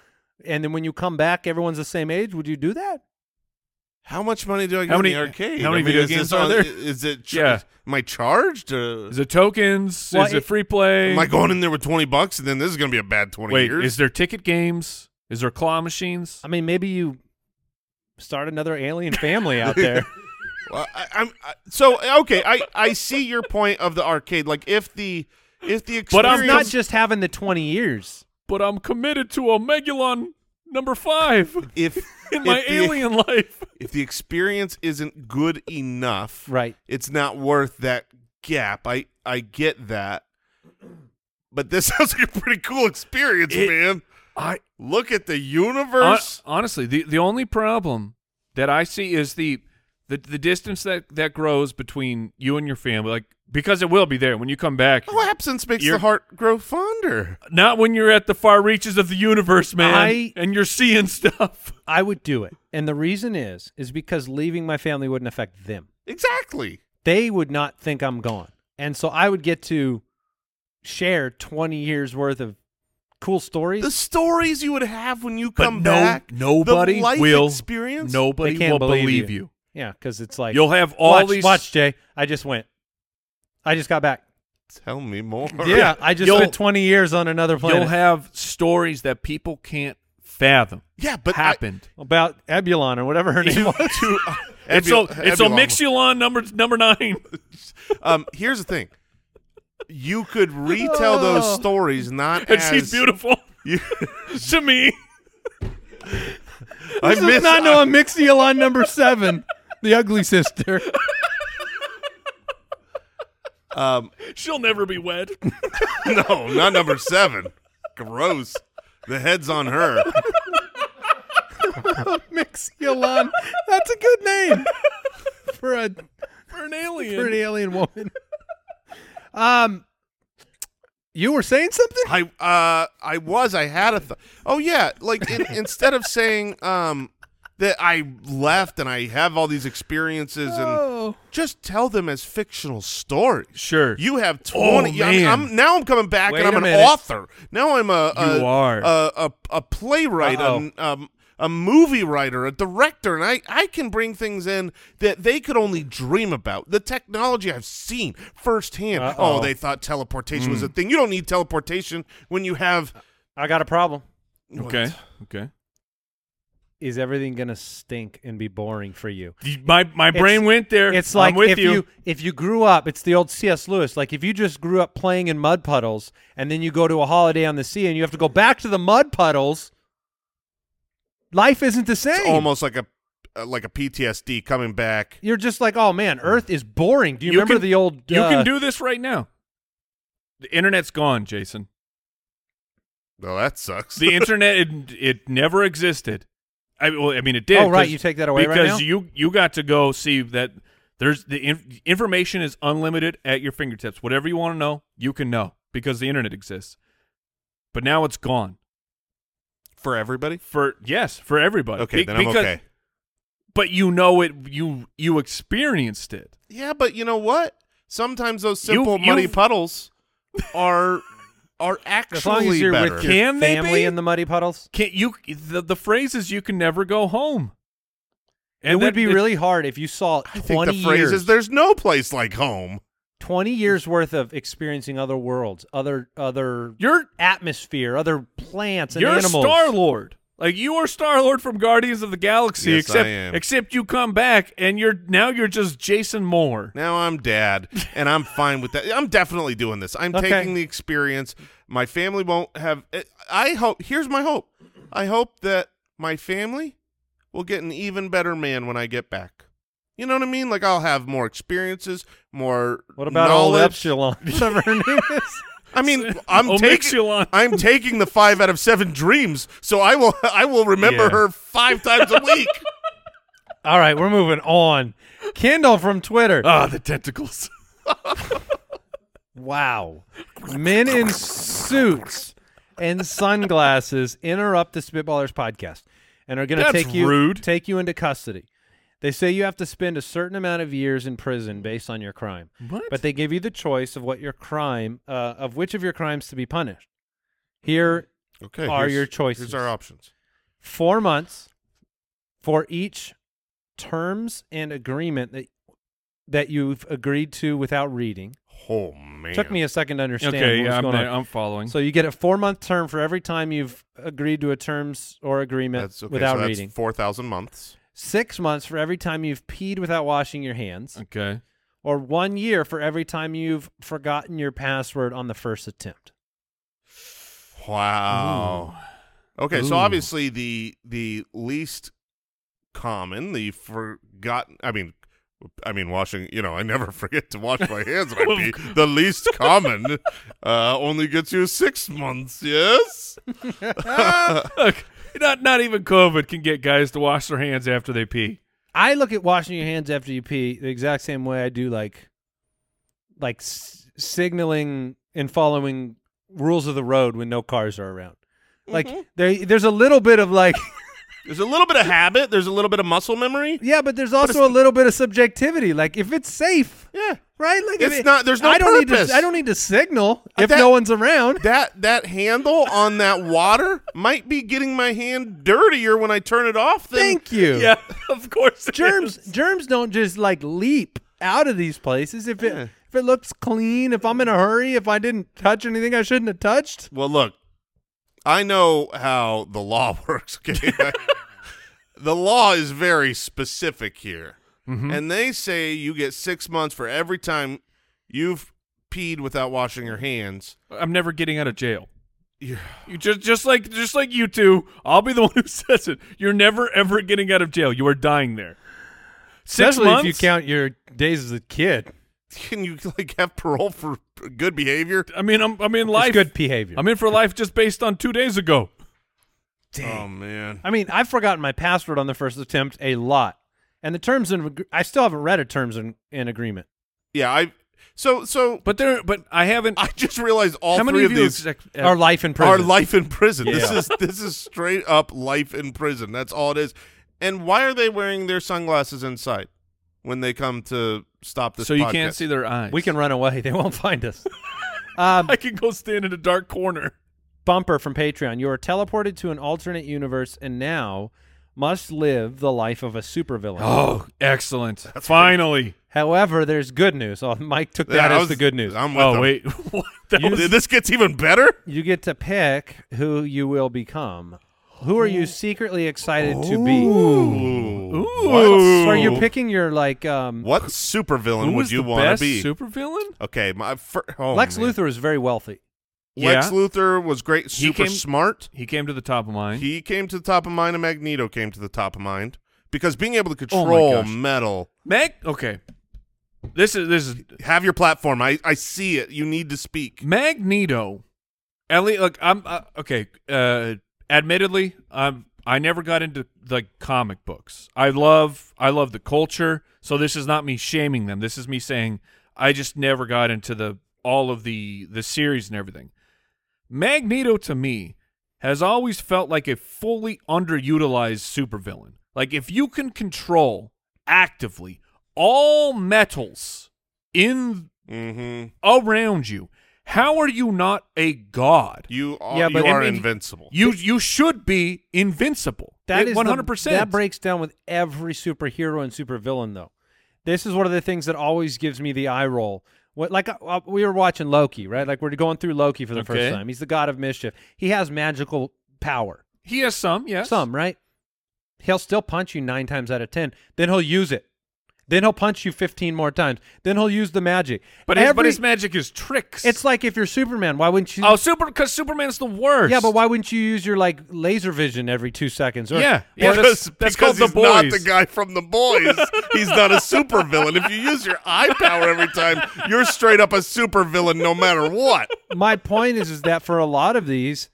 Speaker 2: and then when you come back, everyone's the same age. Would you do that?
Speaker 1: How much money do I get
Speaker 4: How many-
Speaker 1: in the arcade?
Speaker 4: how
Speaker 1: I
Speaker 4: many
Speaker 1: mean,
Speaker 4: video
Speaker 1: is this
Speaker 4: games are
Speaker 1: on-
Speaker 4: there?
Speaker 1: Is it? Char-
Speaker 4: Yeah.
Speaker 1: Am I charged? Uh,
Speaker 4: Is it tokens?
Speaker 2: Well,
Speaker 4: is
Speaker 2: it-
Speaker 4: it free play?
Speaker 1: am I going in there with twenty bucks and then this is gonna be a bad twenty
Speaker 4: Wait,
Speaker 1: years?
Speaker 4: is there ticket games? Is there claw machines?
Speaker 2: I mean, maybe you start another alien family out there.
Speaker 1: Well, I, I'm I, so okay. I I see your point of the arcade. Like if the if the
Speaker 4: But I'm
Speaker 1: experience,
Speaker 2: it's not just having the 20 years.
Speaker 4: but I'm committed to Omegalon number five
Speaker 1: If
Speaker 4: in my
Speaker 1: if the-
Speaker 4: alien life.
Speaker 1: if the experience isn't good enough,
Speaker 2: Right.
Speaker 1: it's not worth that gap. I I get that, but this sounds like a pretty cool experience,
Speaker 4: It-
Speaker 1: man.
Speaker 4: I
Speaker 1: Look at the universe.
Speaker 4: Hon- honestly, the, the only problem that I see is the the, the distance that, that grows between you and your family, like because it will be there when you come back.
Speaker 1: oh, absence makes
Speaker 4: Uh, You're-
Speaker 1: the heart grow fonder.
Speaker 4: Not when you're at the far reaches of the universe, man,
Speaker 2: I-
Speaker 4: and you're seeing stuff.
Speaker 2: I would do it. And the reason is is because leaving my family wouldn't affect them.
Speaker 1: Exactly.
Speaker 2: They would not think I'm gone. And so I would get to share 20 years worth of cool stories.
Speaker 1: The stories you would have when you come
Speaker 4: but no,
Speaker 1: back.
Speaker 4: nobody
Speaker 1: the life
Speaker 4: will
Speaker 1: experience.
Speaker 4: Nobody
Speaker 2: They can't
Speaker 4: will
Speaker 2: believe
Speaker 4: believe
Speaker 2: you.
Speaker 4: you.
Speaker 2: yeah, cuz it's like
Speaker 4: You'll have all
Speaker 2: watch,
Speaker 4: these.
Speaker 2: Watch, Jay. I just went. I just got back.
Speaker 1: Tell me more.
Speaker 2: Yeah, I just
Speaker 4: You'll-
Speaker 2: spent 20 years on another planet.
Speaker 4: You'll have stories that people can't fathom
Speaker 1: yeah, but I-
Speaker 4: happened.
Speaker 2: about Ebulon or whatever her
Speaker 1: to,
Speaker 2: name was.
Speaker 1: to, uh,
Speaker 4: and so it's
Speaker 1: Ebulon.
Speaker 4: Omixulon number number nine.
Speaker 1: Um, here's the thing. You could retell those stories not
Speaker 4: and
Speaker 1: as
Speaker 4: she's beautiful
Speaker 1: You,
Speaker 4: to me.
Speaker 1: I
Speaker 2: This is
Speaker 1: miss
Speaker 2: not
Speaker 1: I-
Speaker 2: no Amixiolan number seven, the ugly sister.
Speaker 1: um
Speaker 4: She'll never be wed.
Speaker 1: no, not number 7. Gross. The head's on her.
Speaker 2: Amixiolan, that's a good name for a
Speaker 4: For an alien.
Speaker 2: for an alien woman. Um, you were saying something?
Speaker 1: I uh I was I had a th- Oh yeah, like in, instead of saying um that I left and I have all these experiences and
Speaker 2: Oh,
Speaker 1: just tell them as fictional stories.
Speaker 4: Sure.
Speaker 1: You have 20.
Speaker 4: Oh,
Speaker 1: I mean,
Speaker 4: man.
Speaker 1: I'm, now I'm coming back
Speaker 2: Wait
Speaker 1: and I'm
Speaker 2: a
Speaker 1: an
Speaker 2: minute.
Speaker 1: author. Now I'm a, a
Speaker 4: You are.
Speaker 1: a, a, a playwright, a,
Speaker 2: Uh-oh.
Speaker 1: um, a movie writer, a director, and I, I can bring things in that they could only dream about. The technology I've seen firsthand.
Speaker 2: Uh-oh.
Speaker 1: Oh, they thought teleportation was a
Speaker 4: Hmm.
Speaker 1: thing. You don't need teleportation when you have.
Speaker 2: I got a problem.
Speaker 4: okay. Okay.
Speaker 2: Is everything gonna stink and be boring for you?
Speaker 4: The- My my
Speaker 2: It's-
Speaker 4: brain went there.
Speaker 2: It's like
Speaker 4: I'm with
Speaker 2: if you. if you grew up, it's the old C.S. Lewis. Like if you just grew up playing in mud puddles, and then you go to a holiday on the sea, and you have to go back to the mud puddles. Life isn't the same.
Speaker 1: It's almost like a uh, like a PTSD coming back.
Speaker 2: You're just like, oh man, Earth is boring. Do you,
Speaker 4: You
Speaker 2: remember
Speaker 4: can-
Speaker 2: the old?
Speaker 4: You
Speaker 2: uh,
Speaker 4: can do this right now. The internet's gone, Jason.
Speaker 1: Well, that sucks.
Speaker 4: The internet it, it never existed. I well, I mean it did.
Speaker 2: Oh right,
Speaker 4: 'cause-
Speaker 2: you take that away
Speaker 4: because
Speaker 2: right now.
Speaker 4: you you got to go see that there's the inf- information is unlimited at your fingertips. Whatever you want to know, you can know because the internet exists. But now it's gone.
Speaker 1: For everybody?
Speaker 4: For yes, for everybody.
Speaker 1: Okay,
Speaker 4: Be-
Speaker 1: then I'm
Speaker 4: because-
Speaker 1: okay.
Speaker 4: But you know it. You you experienced it.
Speaker 1: Yeah, but you know what? Sometimes those
Speaker 4: You-
Speaker 1: simple
Speaker 4: you-
Speaker 1: muddy puddles are are actually
Speaker 2: as long as you're
Speaker 1: better.
Speaker 2: with your
Speaker 4: Can they
Speaker 2: family
Speaker 4: be?
Speaker 2: in the muddy puddles,
Speaker 4: Can't you? The, the phrase is you can never go home.
Speaker 2: it would
Speaker 4: that-
Speaker 2: be really hard if you saw
Speaker 1: I think
Speaker 2: twenty
Speaker 1: the phrase
Speaker 2: years,
Speaker 1: is there's no place like home.
Speaker 2: twenty years worth of experiencing other worlds, other other
Speaker 4: You're
Speaker 2: atmosphere, other plants and
Speaker 4: you're
Speaker 2: animals.
Speaker 4: Star Lord. Like you are Star Lord from Guardians of the Galaxy.
Speaker 1: Yes, I
Speaker 4: except
Speaker 1: am.
Speaker 4: except you come back and you're now you're just Jason Moore.
Speaker 1: Now I'm dad, and I'm fine with that. I'm definitely doing this. I'm
Speaker 2: Okay.
Speaker 1: taking the experience. My family won't have. I hope. Here's my hope. I hope that my family will get an even better man when I get back. You know what I mean? Like I'll have more experiences, more.
Speaker 2: What about old
Speaker 1: knowledge.
Speaker 2: Epsilon? Whatever her name is.
Speaker 1: I mean, I'm taking.
Speaker 4: Omixulon.
Speaker 1: I'm taking the five out of seven dreams, so I will. I will remember
Speaker 4: Yeah.
Speaker 1: her five times a week.
Speaker 2: All right, we're moving on. Kendall from Twitter.
Speaker 4: Ah, the tentacles.
Speaker 2: Wow. Men in suits and sunglasses interrupt the Spitballers podcast and are going to
Speaker 4: That's
Speaker 2: take you
Speaker 4: rude.
Speaker 2: take you into custody. They say you have to spend a certain amount of years in prison based on your crime.
Speaker 4: What?
Speaker 2: But they give you the choice of what your crime uh, of which of your crimes to be punished. Here
Speaker 1: Okay.
Speaker 2: Are
Speaker 1: here's-
Speaker 2: your choices.
Speaker 1: Here's our options.
Speaker 2: 4 months for each terms and agreement that that you've agreed to without reading.
Speaker 1: Oh man.
Speaker 2: Took me a second to understand what
Speaker 4: okay,
Speaker 2: was
Speaker 4: yeah, I'm,
Speaker 2: going
Speaker 4: there.
Speaker 2: on.
Speaker 4: I'm following.
Speaker 2: So you get a four month term for every time you've agreed to a terms or agreement
Speaker 1: That's okay,
Speaker 2: without
Speaker 1: so that's
Speaker 2: reading.
Speaker 1: Four thousand months.
Speaker 2: Six months for every time you've peed without washing your hands,
Speaker 4: okay,
Speaker 2: or one year for every time you've forgotten your password on the first attempt.
Speaker 1: Wow. Okay, so obviously the the least common, the forgotten. I mean, I mean washing. You know, I never forget to wash my hands when I pee. The least common uh, only gets you six months. Yes.
Speaker 4: Look, not not even COVID can get guys to wash their hands after they pee.
Speaker 2: I look at washing your hands after you pee the exact same way I do like like s- signaling and following rules of the road when no cars are around. Like
Speaker 1: Mm-hmm.
Speaker 2: there there's a little bit of like
Speaker 1: There's a little bit of habit. There's a little bit of muscle memory.
Speaker 2: yeah, but there's also a little bit of subjectivity. Like if it's safe,
Speaker 1: Yeah.
Speaker 2: right? Like if
Speaker 1: It's not- there's no
Speaker 2: I don't need
Speaker 1: purpose.
Speaker 2: to I don't need to signal
Speaker 1: Uh,
Speaker 2: if
Speaker 1: that-
Speaker 2: no one's around.
Speaker 1: That that handle on that water might be getting my hand dirtier when I turn it off than
Speaker 2: Thank you.
Speaker 4: Yeah, of course. it
Speaker 2: germs
Speaker 4: is.
Speaker 2: germs don't just like leap out of these places if it
Speaker 1: Yeah.
Speaker 2: if it looks clean if i'm in a hurry if i didn't touch anything i shouldn't have touched
Speaker 1: Well, look, I know how the law works. Okay, the law is very specific here, and they say you get six months for every time you've peed without washing your hands.
Speaker 4: I'm never getting out of jail.
Speaker 1: Yeah.
Speaker 4: You just just like just like you two, I'll be the one who says it. You're never ever getting out of jail. You are dying there. Six
Speaker 2: especially if
Speaker 4: months?
Speaker 2: you count your days as a kid
Speaker 1: Can you like have parole for good behavior?
Speaker 4: I mean, I'm I'm in life.
Speaker 2: it's good behavior
Speaker 4: I'm in for life just based on two days ago.
Speaker 1: Oh man,
Speaker 2: i mean i've forgotten my password on the first attempt a lot and the terms and reg- i still haven't read a terms and, and agreement
Speaker 1: yeah. I so so
Speaker 4: But there, but I haven't.
Speaker 1: I just realized all
Speaker 4: how
Speaker 1: three
Speaker 4: many
Speaker 1: of
Speaker 4: of you?
Speaker 1: these.
Speaker 4: exact- uh,
Speaker 2: our life in
Speaker 1: Our
Speaker 2: prison
Speaker 1: life in prison. This
Speaker 4: Yeah.
Speaker 1: is this is straight up life in prison. That's all it is. And why are they wearing their sunglasses inside when they come to stop this?
Speaker 4: so you
Speaker 1: podcast?
Speaker 4: can't see their eyes.
Speaker 2: we can run away they won't find us um,
Speaker 4: I can go stand in a dark corner.
Speaker 2: bumper from Patreon. You are teleported to an alternate universe and now must live the life of a supervillain.
Speaker 4: Oh, excellent! Finally.
Speaker 2: However, there's good news. Oh, Mike took
Speaker 1: Yeah,
Speaker 2: that
Speaker 1: I
Speaker 2: as
Speaker 1: was-
Speaker 2: the good news.
Speaker 1: I'm with
Speaker 4: Oh
Speaker 1: them.
Speaker 4: wait, what? That was-
Speaker 1: Dude, Oh, this gets even better.
Speaker 2: You get to pick who you will become. Who are you secretly excited to be?
Speaker 1: Ooh.
Speaker 2: So
Speaker 1: What,
Speaker 2: are you picking your like um
Speaker 1: what supervillain
Speaker 4: Who
Speaker 1: would
Speaker 4: was
Speaker 1: you
Speaker 4: the
Speaker 1: want
Speaker 4: best
Speaker 1: to be?
Speaker 4: supervillain?
Speaker 1: okay, my fir- oh,
Speaker 2: Lex
Speaker 1: man.
Speaker 2: Luthor is very wealthy.
Speaker 1: Lex
Speaker 4: Yeah.
Speaker 1: Luthor was great,
Speaker 4: He
Speaker 1: super
Speaker 4: came-
Speaker 1: smart.
Speaker 4: He came to the top of mine.
Speaker 1: He came to the top of mind, and Magneto came to the top of mind because being able to
Speaker 4: Oh my
Speaker 1: control
Speaker 4: gosh.
Speaker 1: metal,
Speaker 4: Mag. Okay. This is this is
Speaker 1: have your platform. I I see it. You need to speak.
Speaker 4: Magneto. Ellie, look, I'm uh, okay. Uh, admittedly, I'm. I never got into like comic books. I love I love the culture. So this is not me shaming them. This is me saying I just never got into the all of the the series and everything. Magneto to me has always felt like a fully underutilized supervillain. Like if you can control actively all metals in
Speaker 1: Mm-hmm.
Speaker 4: around you. How are you not a god?
Speaker 1: You are,
Speaker 2: Yeah, but-
Speaker 1: you
Speaker 4: I
Speaker 1: are
Speaker 4: mean,
Speaker 1: invincible.
Speaker 4: You you should be invincible.
Speaker 2: That is the-
Speaker 4: one hundred percent.
Speaker 2: That breaks down with every superhero and supervillain, though. This is one of the things that always gives me the eye roll. What, like uh, we were watching Loki, right? Like we're going through Loki for the
Speaker 4: Okay.
Speaker 2: first time. He's the god of mischief. He has magical power,
Speaker 4: He has some, yes,
Speaker 2: some right. He'll still punch you nine times out of ten. Then he'll use it. Then he'll punch you fifteen more times. Then he'll use the magic.
Speaker 4: But his, but
Speaker 2: Every-
Speaker 4: his magic is tricks.
Speaker 2: it's like if you're Superman, why wouldn't you?
Speaker 4: oh, super because Superman's the worst.
Speaker 2: yeah, but why wouldn't you use your like laser vision every two seconds? Or,
Speaker 4: Yeah, yeah.
Speaker 1: Because,
Speaker 4: That's,
Speaker 1: because
Speaker 4: that's called the
Speaker 1: he's not
Speaker 4: boys.
Speaker 1: the guy from the boys. he's not a supervillain. If you use your eye power every time, you're straight up a supervillain no matter what.
Speaker 2: my point is is that for a lot of these,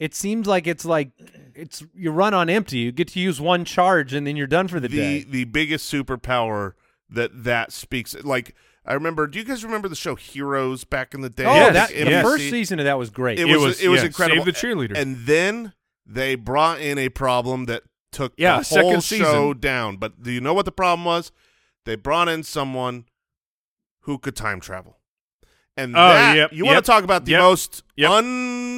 Speaker 2: it seems like it's like it's you run on empty. You get to use one charge and then you're done for the,
Speaker 1: The
Speaker 2: day.
Speaker 1: the biggest superpower that that speaks like I remember. Do you guys remember the show Heroes back in the day?
Speaker 2: Oh,
Speaker 4: Yes,
Speaker 2: that
Speaker 4: yes.
Speaker 2: the
Speaker 4: yes.
Speaker 2: first season of that was great.
Speaker 1: It was it was,
Speaker 4: was- yeah,
Speaker 1: incredible.
Speaker 4: Save the Cheerleader.
Speaker 1: And then they brought in a problem that took
Speaker 4: Yeah,
Speaker 1: the
Speaker 4: second
Speaker 1: whole
Speaker 4: season.
Speaker 1: show down. But do you know what the problem was? They brought in someone who could time travel. And
Speaker 4: Oh,
Speaker 1: that,
Speaker 4: yep,
Speaker 1: you want
Speaker 4: yep,
Speaker 1: to talk about the
Speaker 4: yep,
Speaker 1: most
Speaker 4: yep.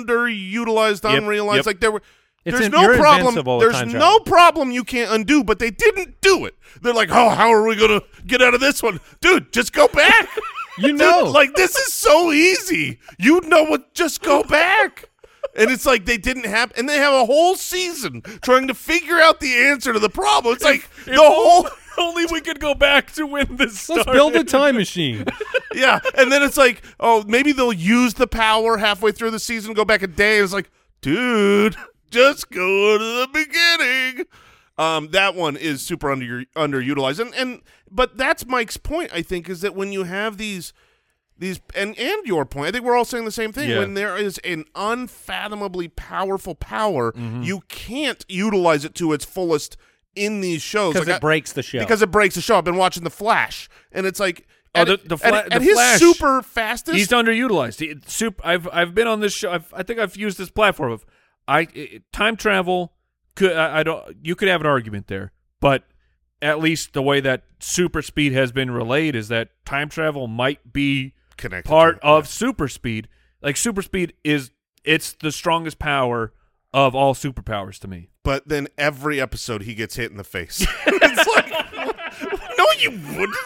Speaker 1: underutilized,
Speaker 4: Yep,
Speaker 1: unrealized.
Speaker 4: yep.
Speaker 1: Like there were,
Speaker 2: It's
Speaker 1: there's
Speaker 2: in-
Speaker 1: no
Speaker 2: you're
Speaker 1: problem.
Speaker 2: invincible with
Speaker 1: There's
Speaker 2: time
Speaker 1: no
Speaker 2: travel.
Speaker 1: problem you can't undo. But they didn't do it. They're like, oh, how are we gonna get out of this one, dude? Just go back.
Speaker 2: You
Speaker 1: Dude,
Speaker 2: know.
Speaker 1: like this is so easy. You know what? Just go back. And it's like they didn't have, and they have a whole season trying to figure out the answer to the problem. It's like the whole
Speaker 4: only we could go back to when this
Speaker 2: Let's
Speaker 4: started.
Speaker 2: build a time machine.
Speaker 1: yeah, and then it's like, oh, maybe they'll use the power halfway through the season, go back a day. It's like, dude, just go to the beginning. Um, that one is super under underutilized, and and but that's Mike's point. I think is that when you have these these and and your point, I think we're all saying the same thing.
Speaker 4: Yeah.
Speaker 1: When there is an unfathomably powerful power,
Speaker 2: Mm-hmm.
Speaker 1: you can't utilize it to its fullest in these shows
Speaker 2: Because
Speaker 1: Like,
Speaker 2: it
Speaker 1: I-
Speaker 2: breaks the show.
Speaker 1: because it breaks the show. I've been watching The Flash, and it's like
Speaker 4: Oh,
Speaker 1: at,
Speaker 4: the- the Fla-
Speaker 1: at-
Speaker 4: the
Speaker 1: at his
Speaker 4: Flash.
Speaker 1: super fastest.
Speaker 4: He's underutilized. He, super, I've I've been on this show. I've, I think I've used this platform of I i- time travel. Could I, I don't? You could have an argument there, but at least the way that super speed has been relayed is that time travel might be
Speaker 1: connected
Speaker 4: part
Speaker 1: to it.
Speaker 4: of super speed. Like super speed is it's the strongest power of all superpowers to me.
Speaker 1: But then every episode he gets hit in the face. it's like, no, you wouldn't.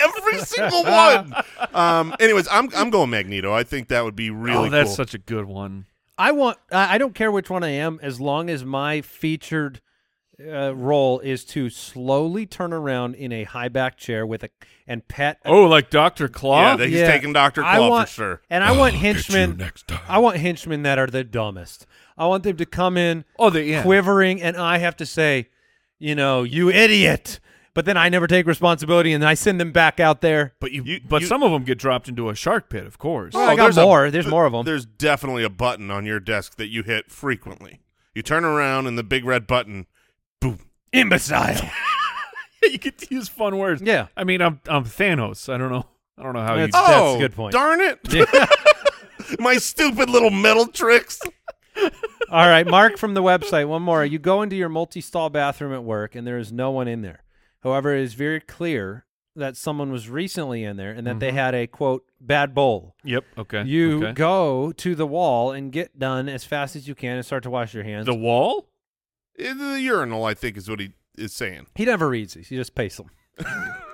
Speaker 1: Every single one. Um, anyways, I'm I'm going Magneto. I think that would be really
Speaker 4: oh, that's
Speaker 1: cool.
Speaker 4: such a good one.
Speaker 2: I want. I I don't care which one I am, as long as my featured uh, role is to slowly turn around in a high back chair with a and pet. a-
Speaker 4: Oh, like Doctor Claw.
Speaker 1: yeah, that he's taking Doctor
Speaker 2: I
Speaker 1: Claw
Speaker 2: want-
Speaker 1: for sure.
Speaker 2: And I want henchmen. I want henchmen that are the dumbest. I want them to come in
Speaker 4: oh, the yeah.
Speaker 2: quivering, and I have to say, you know, you idiot. But then I never take responsibility, and I send them back out there.
Speaker 4: But you,
Speaker 1: You-
Speaker 4: but
Speaker 1: you-
Speaker 4: some of them get dropped into a shark pit, of course.
Speaker 2: Oh, I got
Speaker 1: a-
Speaker 2: more. There's more of 'em.
Speaker 1: There's definitely a button on your desk that you hit frequently. You turn around and the big red button.
Speaker 2: Imbecile.
Speaker 4: you get to use fun words.
Speaker 2: Yeah.
Speaker 4: I mean, I'm I'm Thanos. I don't know. I don't know how you.
Speaker 2: That's-
Speaker 4: Oh,
Speaker 1: oh,
Speaker 2: a good point.
Speaker 1: Darn it! My stupid little metal tricks.
Speaker 2: All right, Mark from the website. One more. You go into your multi-stall bathroom at work, and there is no one in there. However, it is very clear that someone was recently in there, and
Speaker 1: Mm-hmm.
Speaker 2: that they had a quote bad bowl.
Speaker 4: yep. Okay.
Speaker 2: You
Speaker 4: okay.
Speaker 2: go to the wall and get done as fast as you can, and start to wash your hands.
Speaker 4: the wall.
Speaker 1: Uh, The urinal, I think, is what he is saying.
Speaker 2: he never reads these; he just pastes them.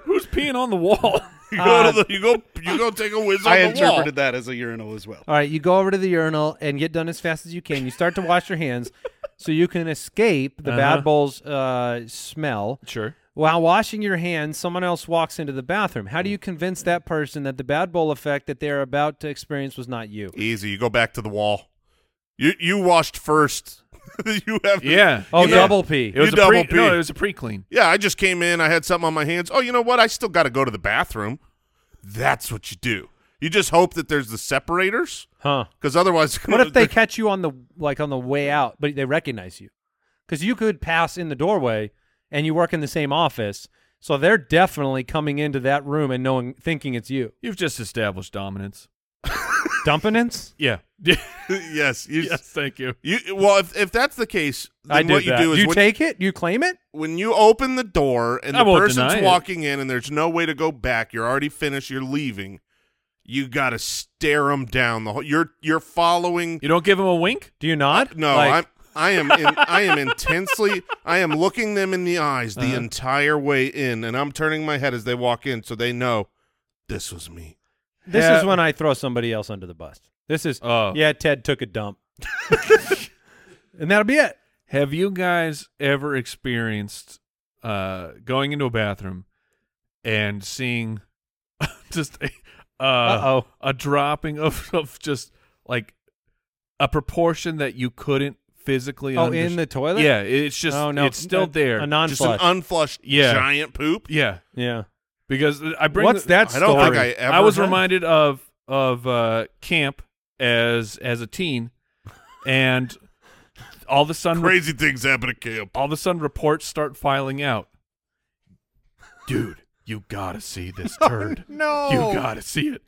Speaker 4: Who's peeing on the wall?
Speaker 1: You go to
Speaker 2: Uh,
Speaker 1: the, you go you go take a whiz on
Speaker 5: I
Speaker 1: the wall.
Speaker 5: interpreted that as a urinal as well.
Speaker 2: All right, you go over to the urinal and get done as fast as you can. You start to wash your hands so you can escape the
Speaker 4: Uh-huh.
Speaker 2: bad bowl's uh, smell.
Speaker 4: sure.
Speaker 2: While washing your hands, someone else walks into the bathroom.
Speaker 4: Hmm.
Speaker 2: How do you convince that person that the bad bowl effect that they're about to experience was not you?
Speaker 1: Easy, you go back to the wall. You you washed first. you have
Speaker 4: Yeah.
Speaker 2: Oh,
Speaker 1: You know-
Speaker 2: double P.
Speaker 4: It
Speaker 1: You
Speaker 4: was a pre-
Speaker 1: double
Speaker 4: No,
Speaker 1: pee.
Speaker 4: it was a pre-clean.
Speaker 1: Yeah, I just came in. I had something on my hands. Oh, you know what? I still got to go to the bathroom. That's what you do. You just hope that there's the separators,
Speaker 2: Huh.
Speaker 1: because otherwise,
Speaker 2: What if they catch you on the like on the way out, but they recognize you? Because you could pass in the doorway, and you work in the same office, so they're definitely coming into that room and knowing, thinking it's you.
Speaker 4: You've just established dominance.
Speaker 2: Dumpinance.
Speaker 4: Yeah.
Speaker 1: yes, you,
Speaker 4: yes. Thank you.
Speaker 1: you. Well, if, if that's the case, then
Speaker 2: I did
Speaker 1: what you
Speaker 2: that.
Speaker 1: do is
Speaker 2: you
Speaker 1: when,
Speaker 2: take it. You claim it.
Speaker 1: when you open the door and
Speaker 4: I
Speaker 1: the
Speaker 4: won't
Speaker 1: person's
Speaker 4: deny it.
Speaker 1: walking in and there's no way to go back, you're already finished, you're leaving. You got to stare them down the whole you're you're following
Speaker 4: You don't give him a wink.
Speaker 2: Do you
Speaker 4: Uh,
Speaker 2: not?
Speaker 1: No,
Speaker 2: Like,
Speaker 1: I'm I am in, I am intensely I am looking them in the eyes
Speaker 4: Uh-huh.
Speaker 1: the entire way in and I'm turning my head as they walk in so they know this was me.
Speaker 2: This
Speaker 4: Yeah.
Speaker 2: is when I throw somebody else under the bus. This is
Speaker 4: Oh.
Speaker 2: yeah. Ted took a dump, and that'll be it.
Speaker 4: Have you guys ever experienced uh, going into a bathroom and seeing just a, uh,
Speaker 2: Uh-oh.
Speaker 4: a dropping of, of just like a proportion that you couldn't physically?
Speaker 2: Oh,
Speaker 4: under-
Speaker 2: in the toilet.
Speaker 4: Yeah, it's just
Speaker 2: oh no,
Speaker 4: it's still
Speaker 2: a-
Speaker 4: there.
Speaker 2: A non
Speaker 1: Just an
Speaker 2: flush.
Speaker 1: unflushed
Speaker 4: Yeah.
Speaker 1: giant poop.
Speaker 4: yeah,
Speaker 2: yeah.
Speaker 4: because I bring
Speaker 2: What's
Speaker 4: the-
Speaker 2: that
Speaker 1: I don't
Speaker 2: story?
Speaker 1: think I ever
Speaker 4: I was
Speaker 1: had-
Speaker 4: reminded of of uh, camp as as a teen, and all of a sudden
Speaker 1: Crazy things happen at camp.
Speaker 4: all of a sudden reports start filing out. Dude, you gotta see this turd.
Speaker 1: No.
Speaker 4: You gotta see it.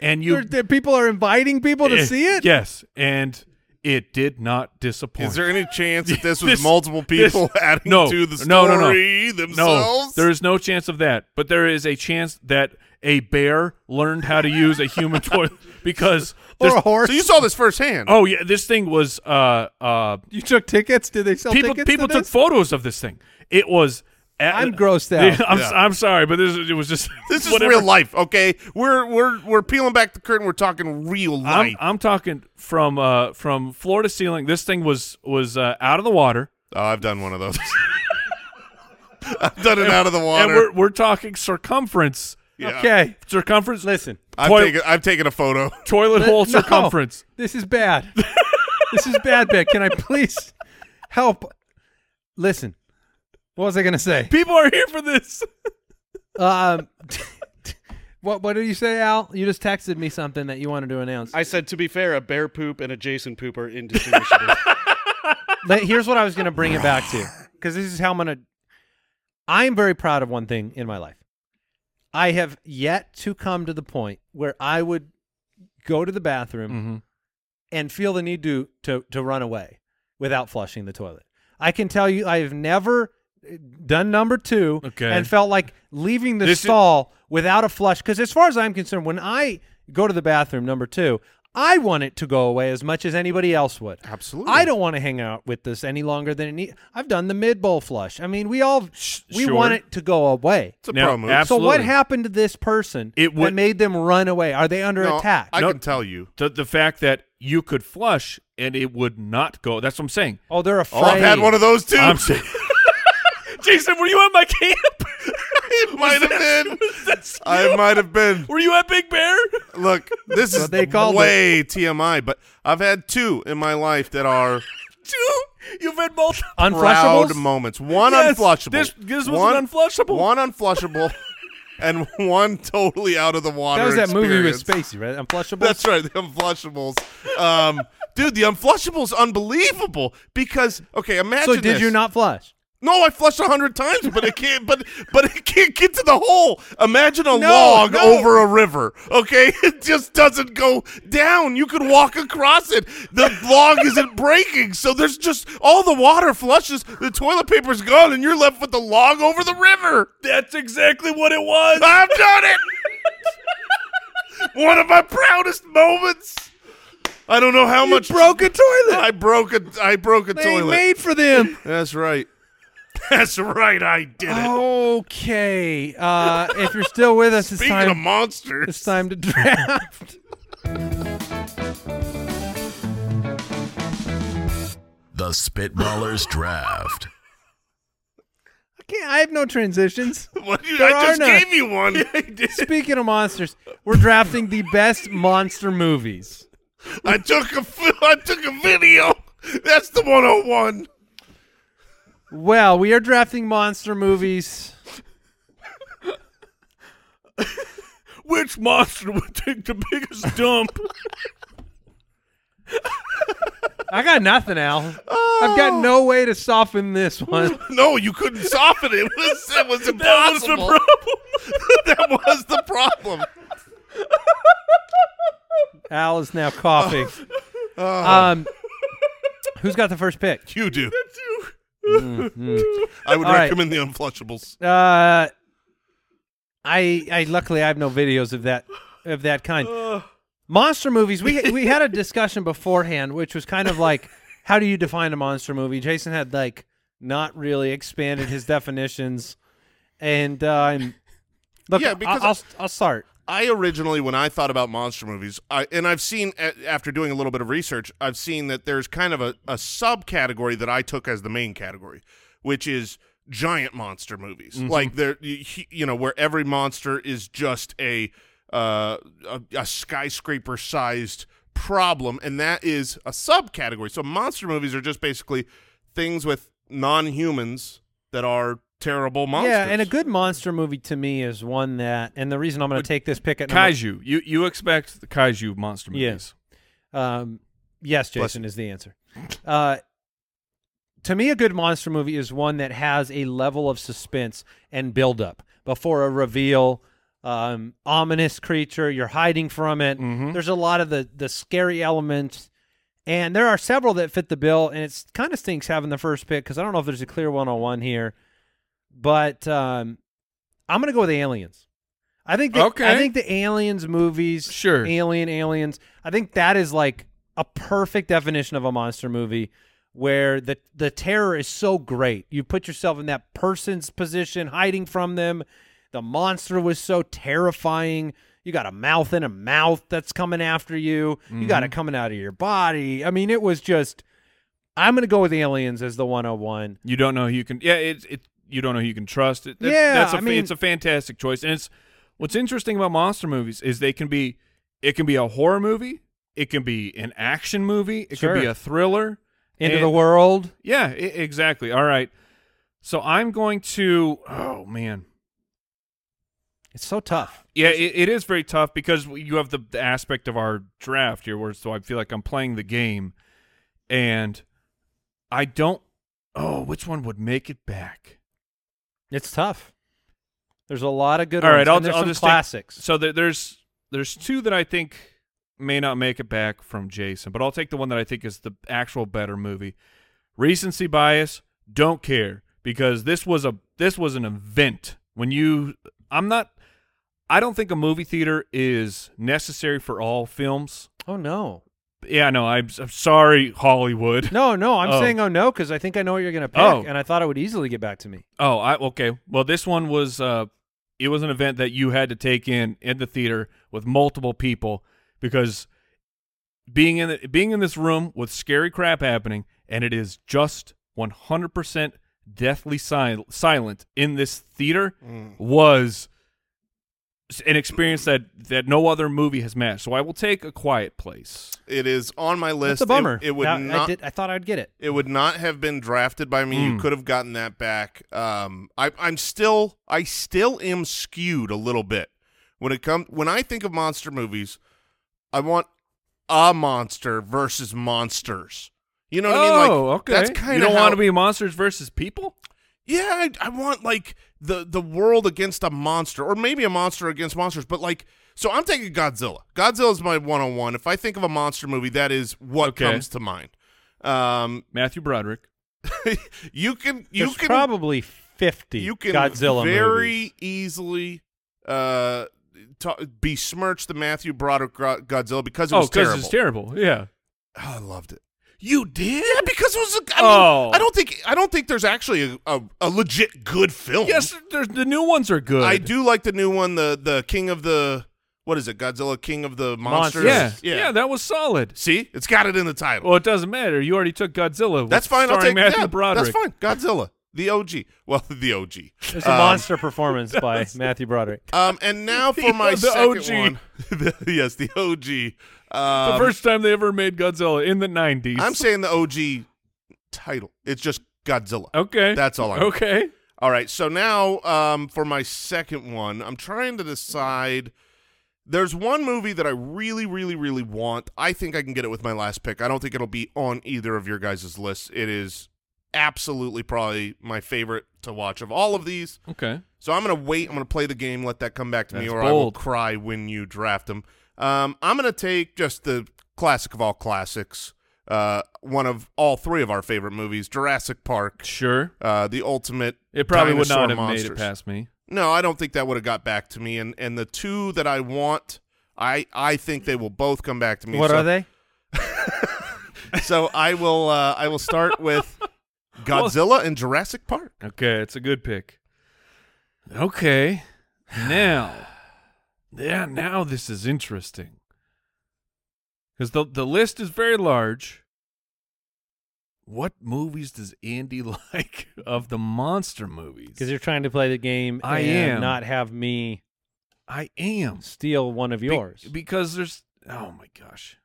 Speaker 4: And you
Speaker 2: There- there- people are inviting people to
Speaker 4: eh,
Speaker 2: see it.
Speaker 4: Yes, and it did not disappoint.
Speaker 1: Is there any chance that this was
Speaker 4: This-
Speaker 1: multiple people
Speaker 4: this-
Speaker 1: adding
Speaker 4: no,
Speaker 1: to the story
Speaker 4: no, no, no. no,
Speaker 1: themselves?
Speaker 4: there is no chance of that. But there is a chance that a bear learned how to use a human toilet because
Speaker 2: Or
Speaker 4: this-
Speaker 2: a horse.
Speaker 1: so you saw this firsthand.
Speaker 4: oh yeah, this thing was uh uh
Speaker 2: you took tickets. Did they sell
Speaker 4: people
Speaker 2: tickets?
Speaker 4: people
Speaker 2: to
Speaker 4: took
Speaker 2: this?
Speaker 4: photos of this thing. It was. at-
Speaker 2: I'm grossed out.
Speaker 4: I'm,
Speaker 1: Yeah.
Speaker 4: I'm sorry, but this is- it was just
Speaker 1: This is
Speaker 4: whatever.
Speaker 1: real life, okay? We're we're we're peeling back the curtain. We're talking real life.
Speaker 4: I'm, I'm talking from uh, from floor to ceiling. This thing was was uh, out of the water.
Speaker 1: oh, I've done one of those. I've done it out of the water.
Speaker 4: and we're we're talking circumference,
Speaker 1: Yeah.
Speaker 2: Okay,
Speaker 4: circumference,
Speaker 2: listen.
Speaker 1: I've
Speaker 4: Toi-
Speaker 1: taken I've taken a photo.
Speaker 4: toilet hole
Speaker 2: No.
Speaker 4: circumference.
Speaker 2: This is bad. this is bad, Beck. Can I please help? Listen, what was I going to say?
Speaker 4: People are here for this.
Speaker 2: Um, what What did you say, Al? You just texted me something that you wanted to announce.
Speaker 5: I said, to be fair, a bear poop and a Jason poop are indistinguishable.
Speaker 2: Le- Here's what I was going to bring it back to, because this is how I'm going to. I'm very proud of one thing in my life. I have yet to come to the point where I would go to the bathroom
Speaker 4: Mm-hmm.
Speaker 2: and feel the need to to to run away without flushing the toilet. I can tell you, I have never eh, done number two
Speaker 4: Okay.
Speaker 2: and felt like leaving the
Speaker 4: This is-
Speaker 2: stall without a flush. Because as far as I'm concerned, when I go to the bathroom number two, I want it to go away as much as anybody else would.
Speaker 1: Absolutely.
Speaker 2: I don't want to hang out with this any longer than it need. I've done the mid bowl flush. I mean, we all we
Speaker 4: sure.
Speaker 2: want it to go away.
Speaker 1: It's a
Speaker 4: Now,
Speaker 1: pro move.
Speaker 4: abs-
Speaker 2: So what
Speaker 4: absolutely.
Speaker 2: happened to this person that
Speaker 4: It would-
Speaker 2: made them run away? Are they under
Speaker 1: No,
Speaker 2: attack?
Speaker 1: I
Speaker 4: No.
Speaker 1: can tell you.
Speaker 4: The the fact that you could flush and it would not go. That's what I'm saying.
Speaker 2: oh, they're
Speaker 1: Oh,
Speaker 2: afraid.
Speaker 1: I've had one of those too.
Speaker 4: I'm saying. Jason, were you at my camp?
Speaker 1: it might have been.
Speaker 4: That's
Speaker 1: I
Speaker 4: you?
Speaker 1: might have been.
Speaker 4: Were you at Big Bear?
Speaker 1: Look, this is
Speaker 2: what they called
Speaker 1: way TMI, but I've had two in my life that are
Speaker 4: Two. You've had multiple.
Speaker 1: proud
Speaker 2: unflushables.
Speaker 1: moments. One
Speaker 4: Yes,
Speaker 1: unflushable.
Speaker 4: this- this was an
Speaker 1: one,
Speaker 4: unflushable.
Speaker 1: One unflushable, and one totally out of the water.
Speaker 2: that was that movie with
Speaker 1: experience.
Speaker 2: Spacey, right? Unflushables.
Speaker 1: That's right, the unflushables. Um, dude, the unflushables unbelievable because okay, imagine.
Speaker 2: so. Did
Speaker 1: this.
Speaker 2: you not flush?
Speaker 1: No, I flushed a hundred times, but it can't. But but it can't get to the hole. Imagine a
Speaker 2: No,
Speaker 1: log
Speaker 2: no.
Speaker 1: over a river. Okay, it just doesn't go down. You could walk across it. The log isn't breaking, so there's just all the water flushes. The toilet paper's gone, and you're left with the log over the river.
Speaker 4: That's exactly what it was.
Speaker 1: I've done it. One of my proudest moments. I don't know how much
Speaker 2: broke a toilet.
Speaker 1: I broke a I broke a
Speaker 2: they
Speaker 1: toilet.
Speaker 2: made for them.
Speaker 1: That's right. That's right. I did it.
Speaker 2: Oh, okay. Uh, if you're still with us, it's
Speaker 1: Speaking of
Speaker 2: time.
Speaker 1: monsters,
Speaker 2: It's time to draft.
Speaker 3: The Spitballers Draft.
Speaker 2: okay, I have no transitions.
Speaker 1: What you-
Speaker 2: There
Speaker 1: I just
Speaker 2: are none.
Speaker 1: gave you one.
Speaker 2: Speaking of monsters, we're drafting the best monster movies.
Speaker 1: I took a fi- I took a video. That's the 101.
Speaker 2: Well, we are drafting monster movies.
Speaker 4: Which monster would take the biggest dump?
Speaker 2: I got nothing, Al. I've got no way to soften this one.
Speaker 1: No, you couldn't soften it. It was, it was
Speaker 4: that was the
Speaker 1: impossible.
Speaker 4: problem.
Speaker 1: That was the problem.
Speaker 2: Al is now coughing. Um, who's got the first pick?
Speaker 1: You do. Mm-hmm. I would
Speaker 2: All right.
Speaker 1: recommend the unflushables.
Speaker 2: Uh, I I luckily I have no videos of that of that kind. monster movies. We we had a discussion beforehand, which was kind of like, how do you define a monster movie? Jason had like not really expanded his definitions, and uh, I'm look.
Speaker 1: Yeah,
Speaker 2: Yeah,
Speaker 1: because-
Speaker 2: I'll, I'll I'll start.
Speaker 1: I originally, when I thought about monster movies, I, and I've seen a- after doing a little bit of research, I've seen that there's kind of a, a subcategory that I took as the main category, which is giant monster movies,
Speaker 2: Mm-hmm.
Speaker 1: like there, you, you know, where every monster is just a uh, a, a skyscraper sized problem, and that is a subcategory. So monster movies are just basically things with non humans that are terrible monsters.
Speaker 2: Yeah, and a good monster movie to me is one that, and the reason I'm going to take this pick at number,
Speaker 4: Kaiju. You you expect the kaiju monster movies?
Speaker 2: Yes. um, yes,
Speaker 1: Bless
Speaker 2: Jason is the answer. Uh, to me, a good monster movie is one that has a level of suspense and buildup before a reveal. Um, ominous creature, you're hiding from it. There's a lot of the the scary elements, and there are several that fit the bill. And it's kind of stinks having the first pick because I don't know if there's a clear one on one here, but um, I'm gonna go with aliens. I think the, I
Speaker 4: Okay.
Speaker 2: think the aliens movies,
Speaker 4: Sure.
Speaker 2: Alien, aliens. I think that is like a perfect definition of a monster movie where the the terror is so great. You put yourself in that person's position, hiding from them. The monster was so terrifying. You got a mouth in a mouth that's coming after you. You got it
Speaker 4: Mm-hmm.
Speaker 2: coming out of your body. I mean, it was just. I'm gonna go with aliens as the 101.
Speaker 4: You don't know who you can. Yeah. It's it. you don't know who you can trust. It- that-
Speaker 2: Yeah,
Speaker 4: that's a
Speaker 2: I
Speaker 4: fa-
Speaker 2: mean-
Speaker 4: it's a fantastic choice. And it's what's interesting about monster movies is they can be it can be a horror movie, it can be an action movie, it
Speaker 2: Sure.
Speaker 4: can be a thriller.
Speaker 2: Into
Speaker 4: and-
Speaker 2: the world.
Speaker 4: Yeah, I- exactly. All right. So I'm going to oh man.
Speaker 2: It's so tough.
Speaker 4: Yeah, it, it is very tough because you have the, the aspect of our draft here, where so I feel like I'm playing the game, and I don't. Oh, which one would make it back?
Speaker 2: It's tough. There's a lot of good
Speaker 4: All
Speaker 2: ones.
Speaker 4: right, I'll,
Speaker 2: and there's
Speaker 4: I'll
Speaker 2: some
Speaker 4: just take-
Speaker 2: classics.
Speaker 4: so there, there's there's two that I think may not make it back from Jason, but I'll take the one that I think is the actual better movie. Recency bias, don't care because this was a this was an event when you. I'm not. I don't think a movie theater is necessary for all films.
Speaker 2: oh no,
Speaker 4: Yeah, no, I'm, I'm sorry, Hollywood.
Speaker 2: no, no. I'm
Speaker 4: Oh.
Speaker 2: saying oh no because I think I know what you're gonna pick,
Speaker 4: Oh.
Speaker 2: and I thought it would easily get back to me.
Speaker 4: Oh, I okay. Well, this one was uh it was an event that you had to take in in the theater with multiple people because being in the, being in this room with scary crap happening and it is just 100% deathly sil- silent in this theater
Speaker 1: Mm.
Speaker 4: was an experience that that no other movie has matched. So I will take a quiet place.
Speaker 1: It is on my list.
Speaker 2: That's a bummer.
Speaker 1: It, it would
Speaker 2: Now, I,
Speaker 1: not.
Speaker 2: did, I thought I'd get it.
Speaker 1: It would not have been drafted by me. You
Speaker 4: Mm.
Speaker 1: could have gotten that back. Um, I, I'm still, I still am skewed a little bit when it comes. When I think of monster movies, I want a monster versus monsters. You know what I mean? Like that's kind
Speaker 4: Oh, you
Speaker 1: of
Speaker 4: don't
Speaker 1: how,
Speaker 4: want to be monsters versus people.
Speaker 1: Yeah, I, I want like the the world against a monster, or maybe a monster against monsters. But like, so I'm taking Godzilla. Godzilla's my one on one. If I think of a monster movie, that is what
Speaker 4: Okay.
Speaker 1: comes to mind. Um,
Speaker 4: Matthew Broderick.
Speaker 1: you can you
Speaker 2: There's
Speaker 1: can
Speaker 2: probably fifty
Speaker 1: you can
Speaker 2: Godzilla
Speaker 1: very
Speaker 2: movies.
Speaker 1: easily uh ta besmirch the Matthew Broderick Gro- Godzilla because it was terrible.
Speaker 4: Oh, it's terrible. Yeah.
Speaker 1: Oh, I loved it.
Speaker 4: You did?
Speaker 1: Yeah, because it was. A, I mean,
Speaker 4: Oh.
Speaker 1: I don't think I don't think there's actually a, a, a legit good film.
Speaker 4: Yes, there's, the new ones are good.
Speaker 1: I do like the new one, the the King of the what is it? Godzilla King of the Monsters.
Speaker 2: Monsters.
Speaker 4: Yeah.
Speaker 1: yeah.
Speaker 4: yeah. that was solid.
Speaker 1: See, it's got it in the title.
Speaker 4: Well, it doesn't matter. You already took Godzilla.
Speaker 1: that's fine. I'll
Speaker 4: starring
Speaker 1: take
Speaker 4: Matthew
Speaker 1: yeah,
Speaker 4: Broderick.
Speaker 1: That's fine. Godzilla, the OG. Well, the OG.
Speaker 2: It's a monster performance by Matthew Broderick.
Speaker 1: Um, and now for my
Speaker 4: The
Speaker 1: second
Speaker 4: OG.
Speaker 1: one. The- yes, the OG.
Speaker 4: The
Speaker 1: Um,
Speaker 4: first time they ever made Godzilla in the 90s.
Speaker 1: I'm saying the OG title. It's just Godzilla.
Speaker 4: Okay.
Speaker 1: That's all I know.
Speaker 4: Okay.
Speaker 1: All right. So now um, for my second one, I'm trying to decide. There's one movie that I really, really, really want. I think I can get it with my last pick. I don't think it'll be on either of your guys' lists. It is absolutely probably my favorite to watch of all of these.
Speaker 4: Okay.
Speaker 1: So I'm going to wait. I'm going to play the game, let that come back to me,
Speaker 4: That's
Speaker 1: or I will
Speaker 4: bold.
Speaker 1: cry when you draft them. Um, I'm going to take just the classic of all classics, uh, one of all three of our favorite movies, Jurassic Park,
Speaker 4: Sure.
Speaker 1: uh, the ultimate.
Speaker 4: It probably would
Speaker 1: dinosaur
Speaker 4: not have
Speaker 1: monsters.
Speaker 4: made it past me.
Speaker 1: No, I don't think that would have got back to me. And and the two that I want, I I think they will both come back to me.
Speaker 2: What
Speaker 1: so,
Speaker 2: are they?
Speaker 1: So I will uh, I will start with Godzilla and Jurassic Park.
Speaker 4: Okay, it's a good pick. Okay. Now. Yeah, now this is interesting. Cuz the the list is very large. What movies does Andy like of the monster movies?
Speaker 2: Because you're trying to play the game.
Speaker 4: I
Speaker 2: and
Speaker 4: am.
Speaker 2: not have me
Speaker 4: I am
Speaker 2: steal one of
Speaker 4: Be-
Speaker 2: yours.
Speaker 4: because there's oh my gosh.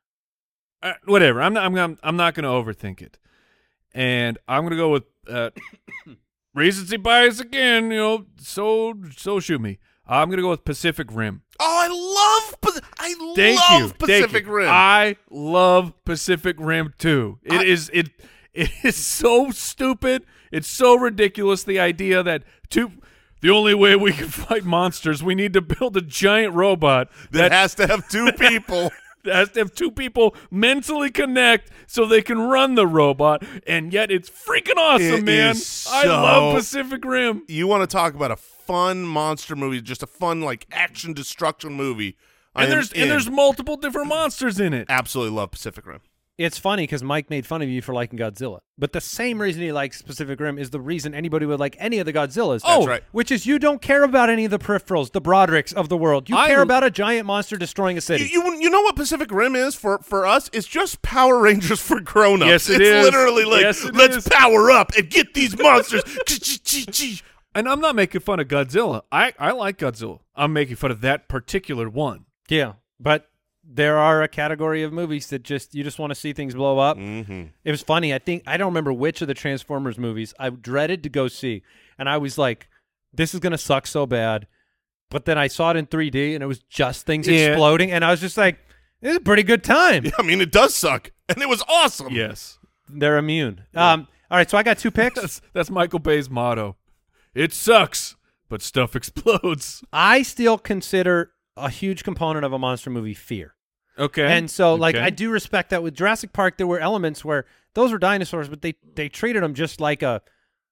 Speaker 4: Uh, whatever. I'm not I'm gonna, I'm not going to overthink it. And I'm going to go with uh recency bias again, you know, so so shoot me. I'm going to go with Pacific Rim.
Speaker 1: Oh, I love Pa- I
Speaker 4: Thank
Speaker 1: love
Speaker 4: you. Thank
Speaker 1: Pacific
Speaker 4: you.
Speaker 1: Rim.
Speaker 4: I love Pacific Rim too. It
Speaker 1: I-
Speaker 4: is it it is so stupid. It's so ridiculous the idea that two the only way we can fight monsters, we need to build a giant robot
Speaker 1: that
Speaker 4: that
Speaker 1: has to have two people.
Speaker 4: has to have two people mentally connect so they can run the robot, and yet it's freaking awesome,
Speaker 1: It
Speaker 4: man.
Speaker 1: is
Speaker 4: I
Speaker 1: so-
Speaker 4: love Pacific Rim.
Speaker 1: you want to talk about a fun monster movie, just a fun like action destruction movie. I am
Speaker 4: And there's
Speaker 1: in.
Speaker 4: and there's multiple different monsters in it.
Speaker 1: absolutely love Pacific Rim.
Speaker 2: it's funny because Mike made fun of you for liking Godzilla, but the same reason he likes Pacific Rim is the reason anybody would like any of the Godzillas.
Speaker 4: Oh.
Speaker 1: right.
Speaker 2: which is you don't care about any of the peripherals, the Brodericks of the world. You
Speaker 4: I-
Speaker 2: care about a giant monster destroying a city.
Speaker 1: You, you you know what Pacific Rim is for for us? It's just Power Rangers for grown ups.
Speaker 4: Yes, it
Speaker 1: it's
Speaker 4: is.
Speaker 1: literally like
Speaker 4: Yes, it
Speaker 1: let's
Speaker 4: is.
Speaker 1: power up and get these monsters. Ch- ch- ch- ch-
Speaker 4: And I'm not making fun of Godzilla. I, I like Godzilla. I'm making fun of that particular one.
Speaker 2: Yeah, but there are a category of movies that just you just want to see things blow up.
Speaker 1: Mm-hmm.
Speaker 2: It was funny. I think I don't remember which of the Transformers movies I dreaded to go see, and I was like, "This is gonna suck so bad." But then I saw it in 3D, and it was just things
Speaker 4: Yeah.
Speaker 2: exploding, and I was just like, "This is a pretty good time."
Speaker 1: I mean, it does suck, and it was awesome.
Speaker 4: Yes.
Speaker 2: They're immune. Um, all right, so I got two picks.
Speaker 4: That's, that's Michael Bay's motto. It sucks, but stuff explodes.
Speaker 2: I still consider a huge component of a monster movie fear.
Speaker 4: Okay.
Speaker 2: And so, like,
Speaker 4: Okay.
Speaker 2: I do respect that. With Jurassic Park, there were elements where those were dinosaurs, but they they treated them just like a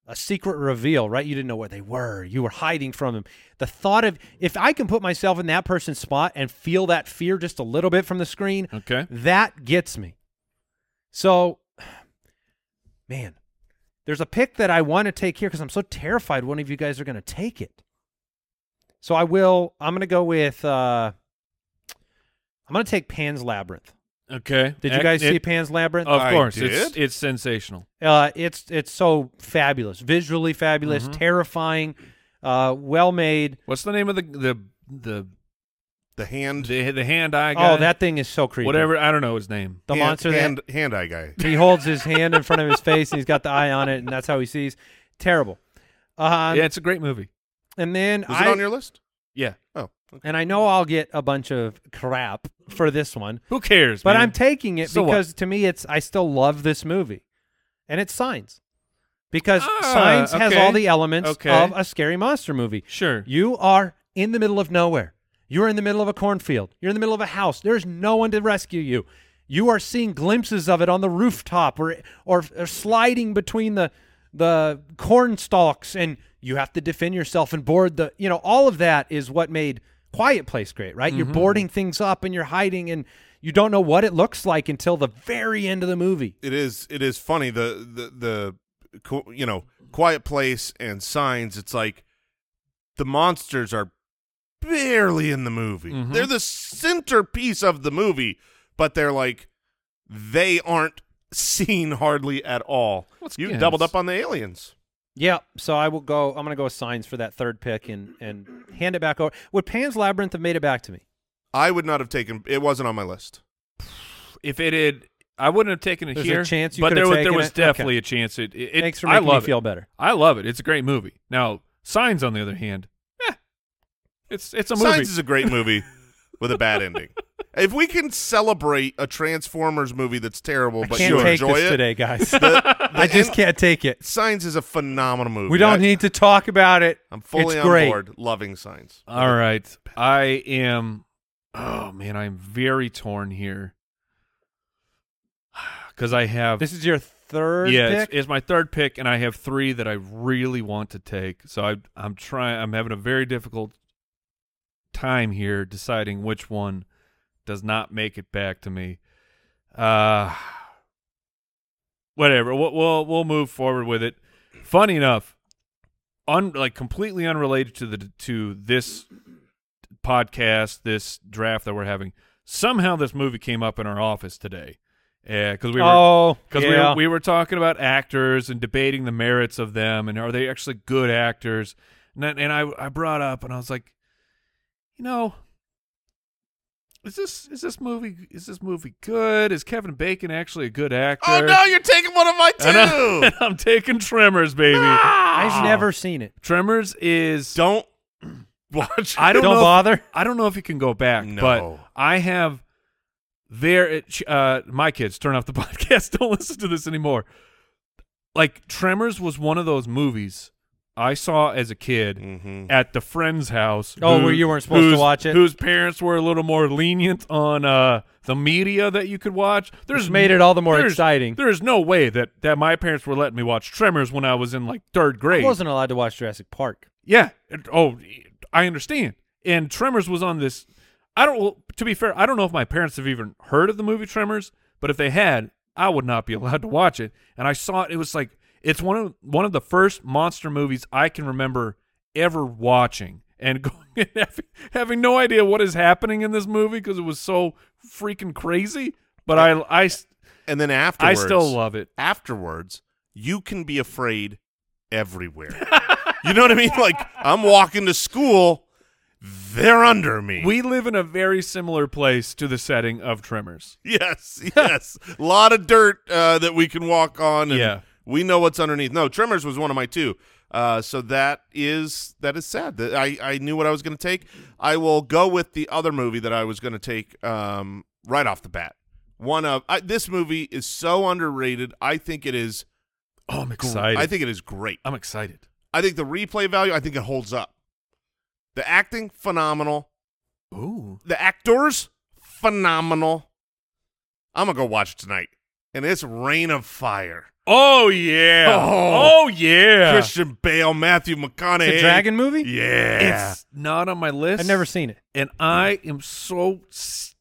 Speaker 2: a secret reveal, right? You didn't know where they were. You were hiding from them. The thought of if I can put myself in that person's spot and feel that fear just a little bit from the screen,
Speaker 4: Okay.
Speaker 2: that gets me. So, man, there's a pick that I want to take here because I'm so terrified one of you guys are going to take it. So I will. I'm going to go with. uh I'm going to take Pan's Labyrinth.
Speaker 4: Okay.
Speaker 2: Did
Speaker 4: Ac-
Speaker 2: you guys see
Speaker 4: it-
Speaker 2: Pan's Labyrinth?
Speaker 4: Of
Speaker 1: I
Speaker 4: course.
Speaker 1: did.
Speaker 4: It's it's sensational.
Speaker 2: Uh, it's it's so fabulous, visually fabulous,
Speaker 4: Mm-hmm.
Speaker 2: terrifying, uh, well made.
Speaker 4: What's the name of the the the
Speaker 1: The hand,
Speaker 4: the, the hand eye guy?
Speaker 2: Oh, that thing is so creepy.
Speaker 4: whatever. I don't know his name.
Speaker 2: the
Speaker 1: hand,
Speaker 2: monster that
Speaker 1: hand, hand eye guy.
Speaker 2: He holds his hand in front of his face and he's got the eye on it, and that's how he sees. Terrible. Um,
Speaker 4: yeah, it's a great movie.
Speaker 2: And then
Speaker 1: Was
Speaker 2: I
Speaker 1: it on your list?
Speaker 4: Yeah.
Speaker 1: Oh,
Speaker 2: and I know I'll get a bunch of crap for this one,
Speaker 4: Who cares?
Speaker 2: but
Speaker 4: man?
Speaker 2: I'm taking it
Speaker 4: So what?
Speaker 2: because to me it's I still love this movie, and it's Signs, because
Speaker 4: Ah,
Speaker 2: Signs has
Speaker 4: okay.
Speaker 2: all the elements
Speaker 4: Okay.
Speaker 2: of a scary monster movie.
Speaker 4: sure.
Speaker 2: You are in the middle of nowhere. You're in the middle of a cornfield. You're in the middle of a house. There's no one to rescue you. You are seeing glimpses of it on the rooftop or or, or sliding between the the corn stalks and you have to defend yourself and board the you know all of that is what made quiet place great right you're boarding things up and you're hiding and you don't know what it looks like until the very end of the movie
Speaker 1: it is. It is funny. The the the co- you know quiet place and signs. It's like the monsters are barely in the movie.
Speaker 4: Mhm.
Speaker 1: They're the centerpiece of the movie, but they're like they aren't seen hardly at all.
Speaker 4: What's-
Speaker 1: you
Speaker 4: yeah,
Speaker 1: doubled
Speaker 4: it's-
Speaker 1: up on the aliens.
Speaker 2: yeah so i will go i'm gonna go with signs for that third pick and and hand it back over would pan's labyrinth have made it back to me
Speaker 1: I would not have taken. It wasn't on my list.
Speaker 4: if it had, I wouldn't have taken it
Speaker 2: There's a
Speaker 4: here.
Speaker 2: chance you
Speaker 4: but
Speaker 2: could've
Speaker 4: there was there
Speaker 2: taken
Speaker 4: was
Speaker 2: it?
Speaker 4: definitely
Speaker 2: Okay.
Speaker 4: a chance. It, it, it-
Speaker 2: Thanks for
Speaker 4: I
Speaker 2: making
Speaker 4: love
Speaker 2: me
Speaker 4: it.
Speaker 2: feel better.
Speaker 4: I love it. It's a great movie. Now, Signs, on the other hand, eh, it's it's a movie.
Speaker 1: Signs is a great movie with a bad ending. If we can celebrate a Transformers movie that's terrible,
Speaker 2: I
Speaker 1: but
Speaker 2: can't
Speaker 1: you
Speaker 2: take
Speaker 1: enjoy
Speaker 2: this
Speaker 1: it,
Speaker 2: today, guys.
Speaker 1: the-
Speaker 2: I just can't take it.
Speaker 1: Signs is a phenomenal movie.
Speaker 2: We don't
Speaker 1: I-
Speaker 2: need to talk about it.
Speaker 1: I'm fully
Speaker 2: it's
Speaker 1: on
Speaker 2: great.
Speaker 1: board. Loving Signs.
Speaker 4: All right, I am. Oh man, I'm very torn here because I have
Speaker 2: This is your third
Speaker 4: yeah,
Speaker 2: pick.
Speaker 4: It's, it's my third pick, and I have three that I really want to take. So I, I'm trying. I'm having a very difficult time here deciding which one does not make it back to me. Uh whatever. We'll we'll, we'll move forward with it. Funny enough, un, like completely unrelated to the to this podcast, this draft that we're having. Somehow this movie came up in our office today. Yeah, because we were
Speaker 2: oh,
Speaker 4: because
Speaker 2: yeah.
Speaker 4: we, were, we were talking about actors and debating the merits of them and are they actually good actors and, then- and I, I brought up and i was like you know is this is this movie is this movie good is kevin bacon actually a good actor
Speaker 1: Oh no, you're taking one of my
Speaker 4: and
Speaker 1: two.
Speaker 4: I, am taking tremors baby
Speaker 1: Ah!
Speaker 4: Ah.
Speaker 2: I've never seen it.
Speaker 4: tremors is
Speaker 1: don't watch.
Speaker 4: i don't,
Speaker 2: Don't
Speaker 4: know if-
Speaker 2: bother.
Speaker 4: I don't know if you can go back,
Speaker 1: No.
Speaker 4: but I have there. It, sh- uh, my kids turn off the podcast. Don't listen to this anymore. Like Tremors was one of those movies I saw as a kid
Speaker 1: Mhm.
Speaker 4: at the friend's house.
Speaker 2: Oh, where you weren't supposed to
Speaker 4: whose-
Speaker 2: watch it?
Speaker 4: Whose parents were a little more lenient on uh, the media that you could watch. There's
Speaker 2: Which made it all the more
Speaker 4: there's-
Speaker 2: exciting.
Speaker 4: There's no way that that my parents were letting me watch Tremors when I was in like third
Speaker 2: I
Speaker 4: grade.
Speaker 2: wasn't allowed to watch Jurassic Park.
Speaker 4: Yeah. It- Oh, I understand. And Tremors was on this. I don't. Well, to be fair, I don't know if my parents have even heard of the movie Tremors, but if they had, I would not be allowed to watch it. And I saw it. It was like it's one of one of the first monster movies I can remember ever watching, and going and having, having no idea what is happening in this movie because it was so freaking crazy. But I, I, s-
Speaker 1: And then
Speaker 4: I
Speaker 1: afterwards,
Speaker 4: still love it.
Speaker 1: Afterwards, you can be afraid everywhere. You know what I mean? Like I'm walking to school, they're under me.
Speaker 4: We live in a very similar place to the setting of Tremors.
Speaker 1: yes, yes. A lot of dirt uh, that we can walk on. And
Speaker 4: Yeah.
Speaker 1: we know what's underneath. No, Tremors was one of my two. Uh, so that is that is sad. That I I knew what I was going to take. I will go with the other movie that I was going to take um, right off the bat. One of I, this movie is so underrated. I think it is.
Speaker 4: Oh, I'm
Speaker 1: gr-
Speaker 4: excited.
Speaker 1: I think it is great.
Speaker 4: I'm excited.
Speaker 1: I think the replay value, I think it holds up. The acting, phenomenal.
Speaker 4: Ooh.
Speaker 1: The actors, phenomenal. I'm gonna go watch it tonight. And it's Rain of Fire.
Speaker 4: Oh yeah.
Speaker 1: Oh.
Speaker 4: Oh, yeah.
Speaker 1: Christian Bale, Matthew McConaughey.
Speaker 2: It's a dragon movie?
Speaker 1: Yeah.
Speaker 4: It's not on my list.
Speaker 2: I've never seen it.
Speaker 4: and I am so. s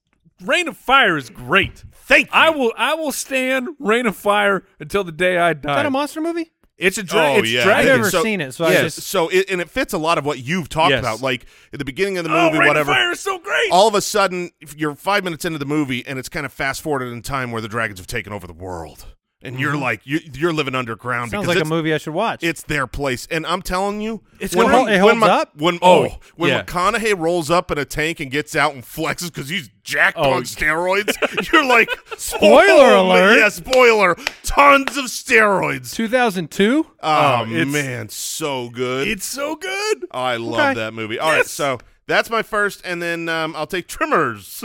Speaker 4: Rain of Fire is great.
Speaker 1: Thank you.
Speaker 4: I will. I will stand Rain of Fire until the day I
Speaker 2: Is that
Speaker 4: die.
Speaker 2: a monster movie?
Speaker 4: it's a dra-
Speaker 1: Oh,
Speaker 4: it's
Speaker 1: yeah.
Speaker 2: I've
Speaker 4: dragon.
Speaker 1: think
Speaker 2: never
Speaker 1: so.
Speaker 2: seen it, so I
Speaker 4: Yes.
Speaker 2: just
Speaker 1: so it, and it fits a lot of what you've talked
Speaker 4: Yes.
Speaker 1: about. Like at the beginning of the
Speaker 4: oh,
Speaker 1: movie,
Speaker 4: Rain
Speaker 1: whatever.
Speaker 4: of Fire is so great.
Speaker 1: All of a sudden, if you're five minutes into the movie, and it's kind of fast forwarded in time where the dragons have taken over the world, and
Speaker 4: Mm-hmm.
Speaker 1: you're like, you, you're living underground.
Speaker 2: sounds
Speaker 1: because
Speaker 2: like a
Speaker 1: it's-
Speaker 2: movie I should watch.
Speaker 1: It's their place, and I'm telling you,
Speaker 4: It's
Speaker 1: when,
Speaker 4: gonna
Speaker 2: hold- it holds
Speaker 1: when Ma-
Speaker 2: up?
Speaker 1: When
Speaker 4: Oh,
Speaker 1: oh, when
Speaker 4: yeah.
Speaker 1: McConaughey rolls up in a tank and gets out and flexes because he's jacked
Speaker 4: Oh.
Speaker 1: on steroids, you're like,
Speaker 2: Spoiler
Speaker 1: "Holy-"
Speaker 2: alert.
Speaker 1: Yeah, spoiler. Tons of steroids.
Speaker 2: 2002.
Speaker 1: Oh,
Speaker 4: it's-
Speaker 1: man, so good.
Speaker 4: it's so good.
Speaker 1: I love
Speaker 2: Okay.
Speaker 1: that movie. All right,
Speaker 4: Yes.
Speaker 1: so that's my first, and then um, I'll take Trimmers.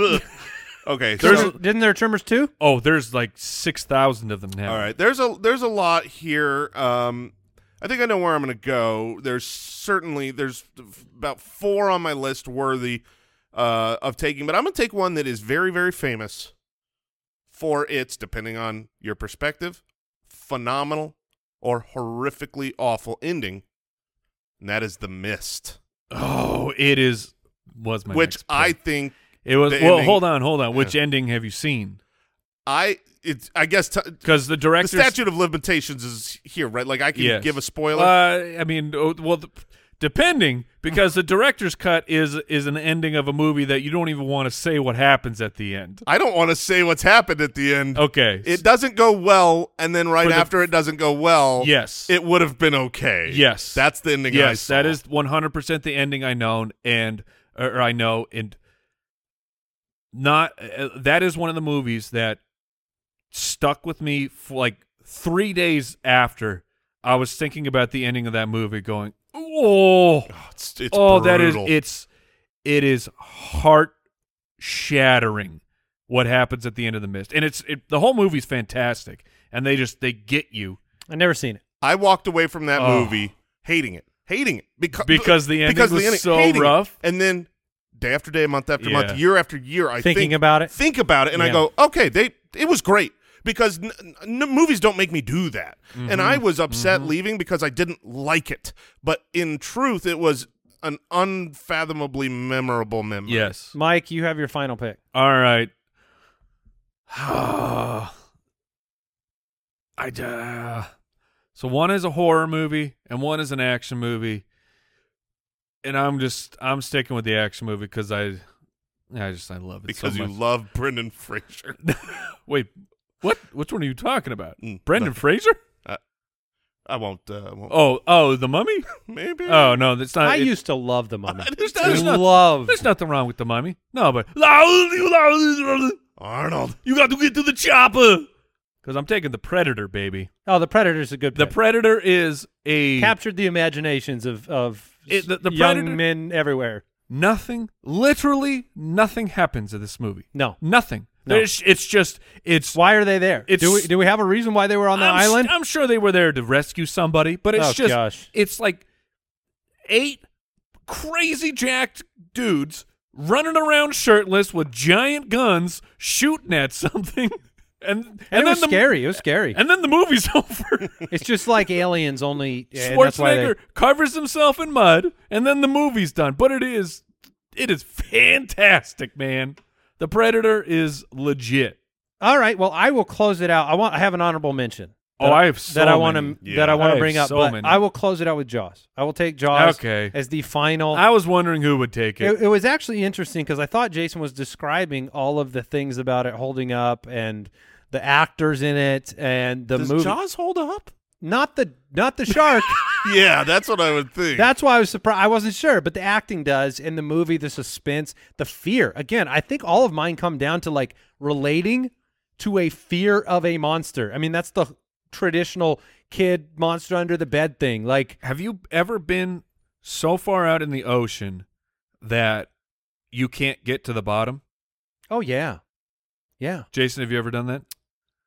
Speaker 1: okay,
Speaker 4: There's
Speaker 1: so-
Speaker 4: a-
Speaker 2: Didn't there Tremors 2?
Speaker 4: Oh, there's like six thousand of them now.
Speaker 1: All right. There's a there's a lot here. Um, I think I know where I'm going to go. There's certainly there's f- about four on my list worthy uh, of taking, but I'm going to take one that is very very famous for its, depending on your perspective, phenomenal or horrifically awful ending, and that is the Mist,
Speaker 4: Oh, it is. Was my
Speaker 1: which
Speaker 4: next pick.
Speaker 1: I think
Speaker 4: It was.
Speaker 1: the
Speaker 4: Well,
Speaker 1: ending-
Speaker 4: hold on, hold on. Which ending have you seen?
Speaker 1: I it's I guess t-
Speaker 4: Because the
Speaker 1: the
Speaker 4: director.
Speaker 1: statute of limitations is here, right? Like I can
Speaker 4: Yes.
Speaker 1: give a spoiler.
Speaker 4: Uh, I mean, oh, well, th- depending because the director's cut is is an ending of a movie that you don't even want to say what happens at the end.
Speaker 1: I don't want to say what's happened at the end.
Speaker 4: Okay.
Speaker 1: it doesn't go well, and then right
Speaker 4: For the-
Speaker 1: after it doesn't go well,
Speaker 4: Yes.
Speaker 1: it would have been okay.
Speaker 4: Yes.
Speaker 1: that's the ending. I
Speaker 4: yes,
Speaker 1: saw.
Speaker 4: that is 100% the ending I known and or or I know and not uh, that is one of the movies that stuck with me for like 3 days after I was thinking about the ending of that movie going, "Oh,
Speaker 1: Oh, it's, it's
Speaker 4: oh, that is
Speaker 1: brutal.
Speaker 4: it's it is heart shattering what happens at the end of the mist. And it's it, the whole movie's fantastic and they just they get you.
Speaker 2: I've never seen it.
Speaker 1: I walked away from that
Speaker 4: Oh.
Speaker 1: movie hating it, hating it because
Speaker 4: Because the ending
Speaker 1: because
Speaker 4: was
Speaker 1: the ending,
Speaker 4: so
Speaker 1: hating it.
Speaker 4: rough.
Speaker 1: and then day after day, month after
Speaker 4: Yeah.
Speaker 1: month, year after year, I
Speaker 2: Thinking
Speaker 1: think,
Speaker 2: about it.
Speaker 1: think about it, and I
Speaker 4: Yeah.
Speaker 1: go, okay, they it was great because n- n- n- movies don't make me do that, and
Speaker 4: Mm-hmm.
Speaker 1: I was upset leaving because I didn't like it, but in truth, it was an unfathomably memorable memory.
Speaker 4: Yes.
Speaker 2: Mike, you have your final pick.
Speaker 4: All right. I uh, so one is a horror movie and one is an action movie, and I'm just I'm sticking with the action movie because I I just I love it
Speaker 1: because
Speaker 4: so
Speaker 1: you
Speaker 4: much.
Speaker 1: love Brendan Fraser.
Speaker 4: Wait, what? Which one are you talking about?
Speaker 1: Mm,
Speaker 4: Brendan Fraser?
Speaker 1: I won't. Uh, I won't
Speaker 4: Oh, oh, the Mummy?
Speaker 1: Maybe.
Speaker 4: Oh no, that's not.
Speaker 2: I
Speaker 4: it-
Speaker 2: used to love the mummy.
Speaker 4: there's,
Speaker 2: I
Speaker 4: there's, not,
Speaker 2: love.
Speaker 4: there's nothing wrong with the Mummy. No, but you
Speaker 1: Arnold.
Speaker 4: got to get to the chopper because I'm taking the Predator, baby.
Speaker 2: Oh, the Predator's a good.
Speaker 4: The
Speaker 2: pick.
Speaker 4: Predator is a
Speaker 2: captured the imaginations of of
Speaker 4: It- the- the
Speaker 2: young
Speaker 4: Predator-
Speaker 2: men everywhere.
Speaker 4: nothing. Literally nothing happens in this movie.
Speaker 2: No.
Speaker 4: nothing.
Speaker 2: No.
Speaker 4: There's, it's just it's.
Speaker 2: Why are they there?
Speaker 4: It's-
Speaker 2: do we do we have a reason why they were on the
Speaker 4: I'm, s-
Speaker 2: island?
Speaker 4: I'm sure they were there to rescue somebody, but it's
Speaker 2: Oh,
Speaker 4: just
Speaker 2: gosh.
Speaker 4: it's like eight crazy jacked dudes running around shirtless with giant guns shooting at something, and and,
Speaker 2: and, it
Speaker 4: then
Speaker 2: was
Speaker 4: the,
Speaker 2: scary. It was scary.
Speaker 4: And then the movie's over.
Speaker 2: it's just like aliens only. and that's why they-
Speaker 4: Schwarzenegger covers himself in mud, and then the movie's done. But it is, it is fantastic, man. The Predator is legit.
Speaker 2: all right. Well, I will close it out. I want. I have an honorable mention.
Speaker 4: Oh,
Speaker 2: that-
Speaker 4: I have so
Speaker 2: that I want
Speaker 4: many.
Speaker 2: to
Speaker 1: Yeah.
Speaker 2: that I
Speaker 4: I
Speaker 2: want
Speaker 4: have
Speaker 2: to bring up.
Speaker 4: so
Speaker 2: but
Speaker 4: many.
Speaker 2: I will close it out with Jaws. I will take Jaws
Speaker 4: Okay.
Speaker 2: as the final.
Speaker 4: I was wondering who would take it.
Speaker 2: It, it was actually interesting because I thought Jason was describing all of the things about it holding up and the actors in it and the
Speaker 1: Does
Speaker 2: movie.
Speaker 1: Jaws hold up?
Speaker 2: not the not the shark.
Speaker 1: yeah, that's what I would think.
Speaker 2: That's why I was surprised. I wasn't sure, but the acting does in the movie, the suspense, the fear. Again, I think all of mine come down to like relating to a fear of a monster. I mean, that's the traditional kid monster under the bed thing. Like,
Speaker 4: Have you ever been so far out in the ocean that you can't get to the bottom?
Speaker 2: oh yeah, yeah.
Speaker 4: Jason, have you ever done that?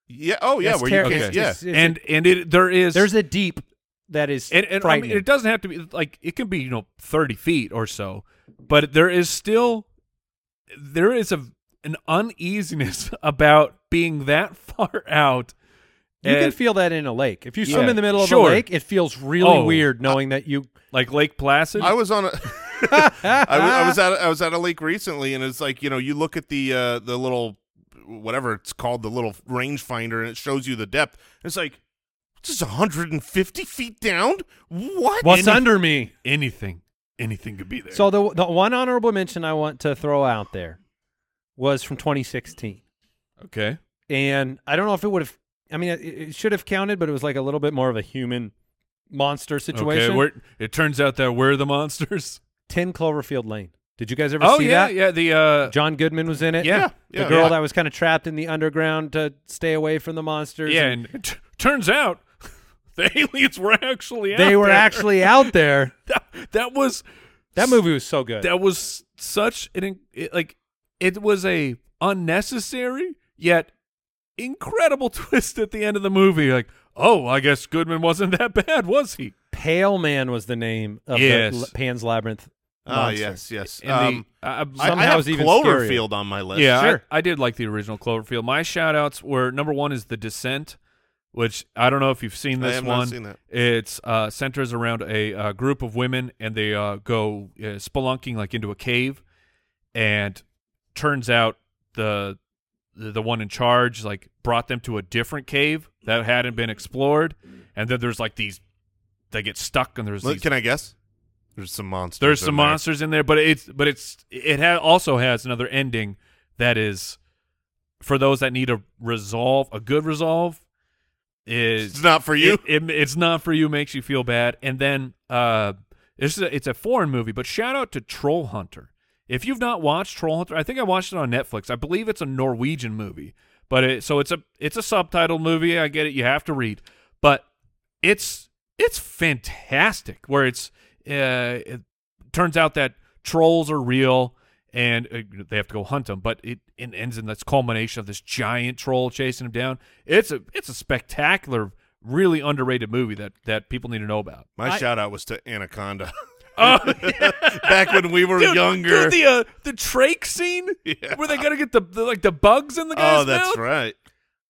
Speaker 1: yeah. Oh yeah,
Speaker 2: That's
Speaker 1: where
Speaker 2: terri-
Speaker 1: you can't.
Speaker 2: it's-
Speaker 1: Yeah.
Speaker 2: it's- it's-
Speaker 4: and and it there is
Speaker 2: there's a deep that is
Speaker 4: and, and I mean,
Speaker 2: frightening.
Speaker 4: it doesn't have to be like it can be you know thirty feet or so, but there is still there is a an uneasiness about being that far out.
Speaker 2: you can
Speaker 4: and-
Speaker 2: feel that in a lake. If you swim
Speaker 4: Yeah,
Speaker 2: in the middle of
Speaker 4: sure.
Speaker 2: a lake, it feels really
Speaker 4: Oh,
Speaker 2: weird knowing that you.
Speaker 4: like Lake Placid.
Speaker 1: I was on a. I, w-
Speaker 2: Ah.
Speaker 1: I was at a- I was at a lake recently, and it's like you know you look at the uh, the little whatever it's called the little rangefinder, and it shows you the depth. It's like this is 150 feet down. What?
Speaker 2: What's
Speaker 1: And-
Speaker 2: under me?
Speaker 4: anything, anything could be there.
Speaker 2: So the the one honorable mention I want to throw out there was from 2016,
Speaker 4: okay,
Speaker 2: and I don't know if it would have. I mean, it, it should have counted, but it was like a little bit more of a human monster situation.
Speaker 4: okay. We're, it turns out that we're the monsters.
Speaker 2: Ten Cloverfield Lane. Did you guys ever
Speaker 4: oh
Speaker 2: see
Speaker 4: yeah,
Speaker 2: that?
Speaker 4: yeah. The uh,
Speaker 2: John Goodman was in it.
Speaker 4: Yeah,
Speaker 1: yeah,
Speaker 2: the girl
Speaker 1: yeah.
Speaker 2: that was kind of trapped in the underground to stay away from the monsters.
Speaker 4: yeah.
Speaker 2: and
Speaker 4: And it t- turns out the aliens were actually out
Speaker 2: they were
Speaker 4: there.
Speaker 2: actually out there.
Speaker 4: that, that was
Speaker 2: That movie was so good.
Speaker 4: that was such an in- it, like it was a unnecessary yet incredible twist at the end of the movie like oh i guess goodman wasn't that bad was he
Speaker 2: Pale Man was the name of
Speaker 4: Yes.
Speaker 2: the L- Pan's Labyrinth.
Speaker 1: Ah,
Speaker 2: monster.
Speaker 1: yes, yes.
Speaker 4: And the-
Speaker 1: Um,
Speaker 4: I- I'm-
Speaker 1: I, I
Speaker 2: somehow
Speaker 1: have
Speaker 2: it's even
Speaker 1: Cloverfield on my list.
Speaker 4: yeah I-
Speaker 2: Sure.
Speaker 4: I, did like the original cloverfield my shout outs were number one is the descent which i don't know if you've seen
Speaker 1: I
Speaker 4: this
Speaker 1: have not
Speaker 4: one
Speaker 1: seen that.
Speaker 4: it's uh centers around a uh, group of women and they uh go uh, spelunking like into a cave and turns out the the the one in charge like brought them to a different cave that hadn't been explored and then there's like these they get stuck and there's
Speaker 1: Look,
Speaker 4: these,
Speaker 1: Can I guess? There's some monsters.
Speaker 4: there's
Speaker 1: in
Speaker 4: some
Speaker 1: there.
Speaker 4: monsters in there but it's but it's it ha- also has another ending that is for those that need a resolve a good resolve is
Speaker 1: It's not for you.
Speaker 4: it, it- it's not for you. Makes you feel bad. And then uh, this is a, it's a foreign movie, but shout out to Troll Hunter. If you've not watched Troll Hunter, I think I watched it on Netflix. I believe it's a Norwegian movie, but it, so it's a it's a subtitled movie. I get it. You have to read, but it's it's fantastic. Where it's uh, it turns out that trolls are real. And uh, they have to go hunt them, but it, it ends in this culmination of this giant troll chasing them down. It's a it's a spectacular really underrated movie that that people need to know about.
Speaker 1: My
Speaker 2: I-
Speaker 1: shout out was to Anaconda.
Speaker 4: Oh,
Speaker 1: Back when we were younger.
Speaker 4: the uh, the trach scene
Speaker 1: Yeah.
Speaker 4: where they gotta get the, the like the bugs in the guy's
Speaker 1: oh, that's
Speaker 4: mouth?
Speaker 1: right.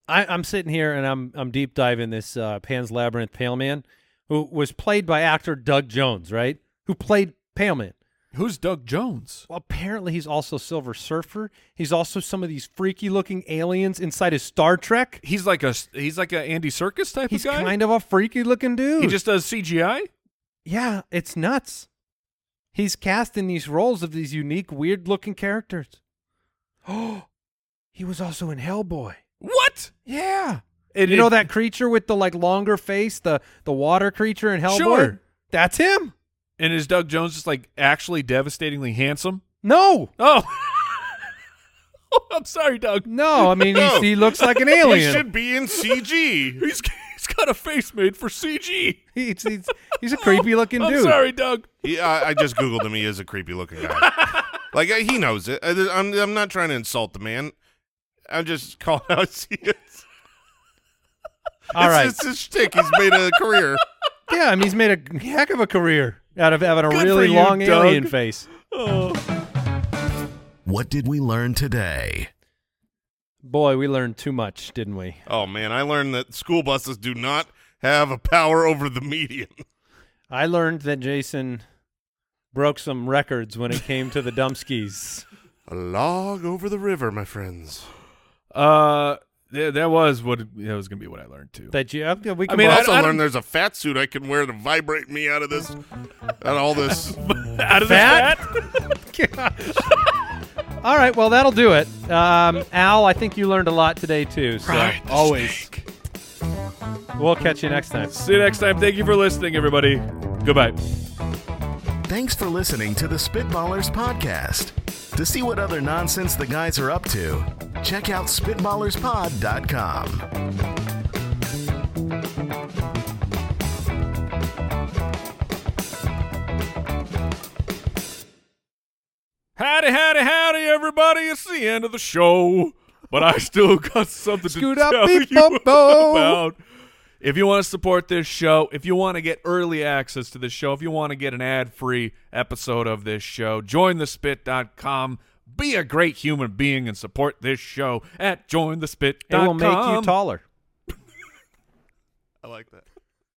Speaker 2: I, I'm sitting here and I'm I'm deep diving this uh, Pan's Labyrinth Pale Man, who was played by actor Doug Jones, right? Who played Pale Man.
Speaker 4: Who's Doug Jones?
Speaker 2: Well, apparently he's also Silver Surfer. He's also some of these freaky looking aliens inside his Star Trek.
Speaker 4: He's like a s- he's like a Andy Circus type
Speaker 2: He's
Speaker 4: of guy.
Speaker 2: kind of a freaky looking dude.
Speaker 4: he just does CGI.
Speaker 2: yeah, it's nuts. He's cast in these roles of these unique, weird looking characters. Oh, he was also in Hellboy.
Speaker 4: What?
Speaker 2: Yeah.
Speaker 4: And
Speaker 2: you
Speaker 4: it-
Speaker 2: know that creature with the like longer face, the the water creature in Hellboy?
Speaker 4: Sure.
Speaker 2: That's him.
Speaker 4: And is Doug Jones just like actually devastatingly handsome?
Speaker 2: No.
Speaker 4: Oh, oh I'm sorry, Doug.
Speaker 2: No, I mean he's, he looks like an alien.
Speaker 1: He should be in CG.
Speaker 4: He's he's got a face made for CG.
Speaker 2: he's, he's, he's a creepy looking
Speaker 4: I'm
Speaker 2: dude.
Speaker 4: sorry, Doug.
Speaker 1: he, I, I just googled him. He is a creepy looking guy. like uh, he knows it. I, I'm I'm not trying to insult the man. I'm just calling out. It's, it's,
Speaker 2: All right.
Speaker 1: it's his shtick. He's made a career.
Speaker 2: yeah, I mean he's made a heck of a career out of having a
Speaker 4: for
Speaker 2: really
Speaker 4: you,
Speaker 2: long
Speaker 4: Doug.
Speaker 2: alien face.
Speaker 3: What did we learn today?
Speaker 2: Boy, we learned too much, didn't we?
Speaker 1: Oh man, I learned that school buses do not have a power over the median.
Speaker 2: I learned that Jason broke some records when it came to the dump skis.
Speaker 1: A log over the river, my friends.
Speaker 4: Uh, th- that was what that was gonna be what I learned too.
Speaker 2: That you, okay, we can
Speaker 4: I mean,
Speaker 1: I
Speaker 2: both-
Speaker 1: also
Speaker 4: I don't-
Speaker 1: learned there's a fat suit I can wear to vibrate me out of this, out of all this.
Speaker 4: Out of
Speaker 2: Fat?
Speaker 4: the fat?
Speaker 2: All right, well that'll do it. Um, Al, I think you learned a lot today too. So
Speaker 5: Always.
Speaker 2: We'll catch you next time.
Speaker 4: See you next time. Thank you for listening, everybody. Goodbye.
Speaker 3: Thanks for listening to the Spitballers Podcast. To see what other nonsense the guys are up to, check out SpitballersPod.com.
Speaker 4: Howdy, howdy, howdy, everybody. It's the end of the show, but I still got something
Speaker 2: Scoot
Speaker 4: to
Speaker 2: up,
Speaker 4: tell
Speaker 2: beep,
Speaker 4: you
Speaker 2: bop, bo.
Speaker 4: about. If you want to support this show, if you want to get early access to this show, if you want to get an ad-free episode of this show, join jointhespit.com. Be a great human being and support this show at jointhespit.com.
Speaker 2: It will make you taller.
Speaker 1: I like that.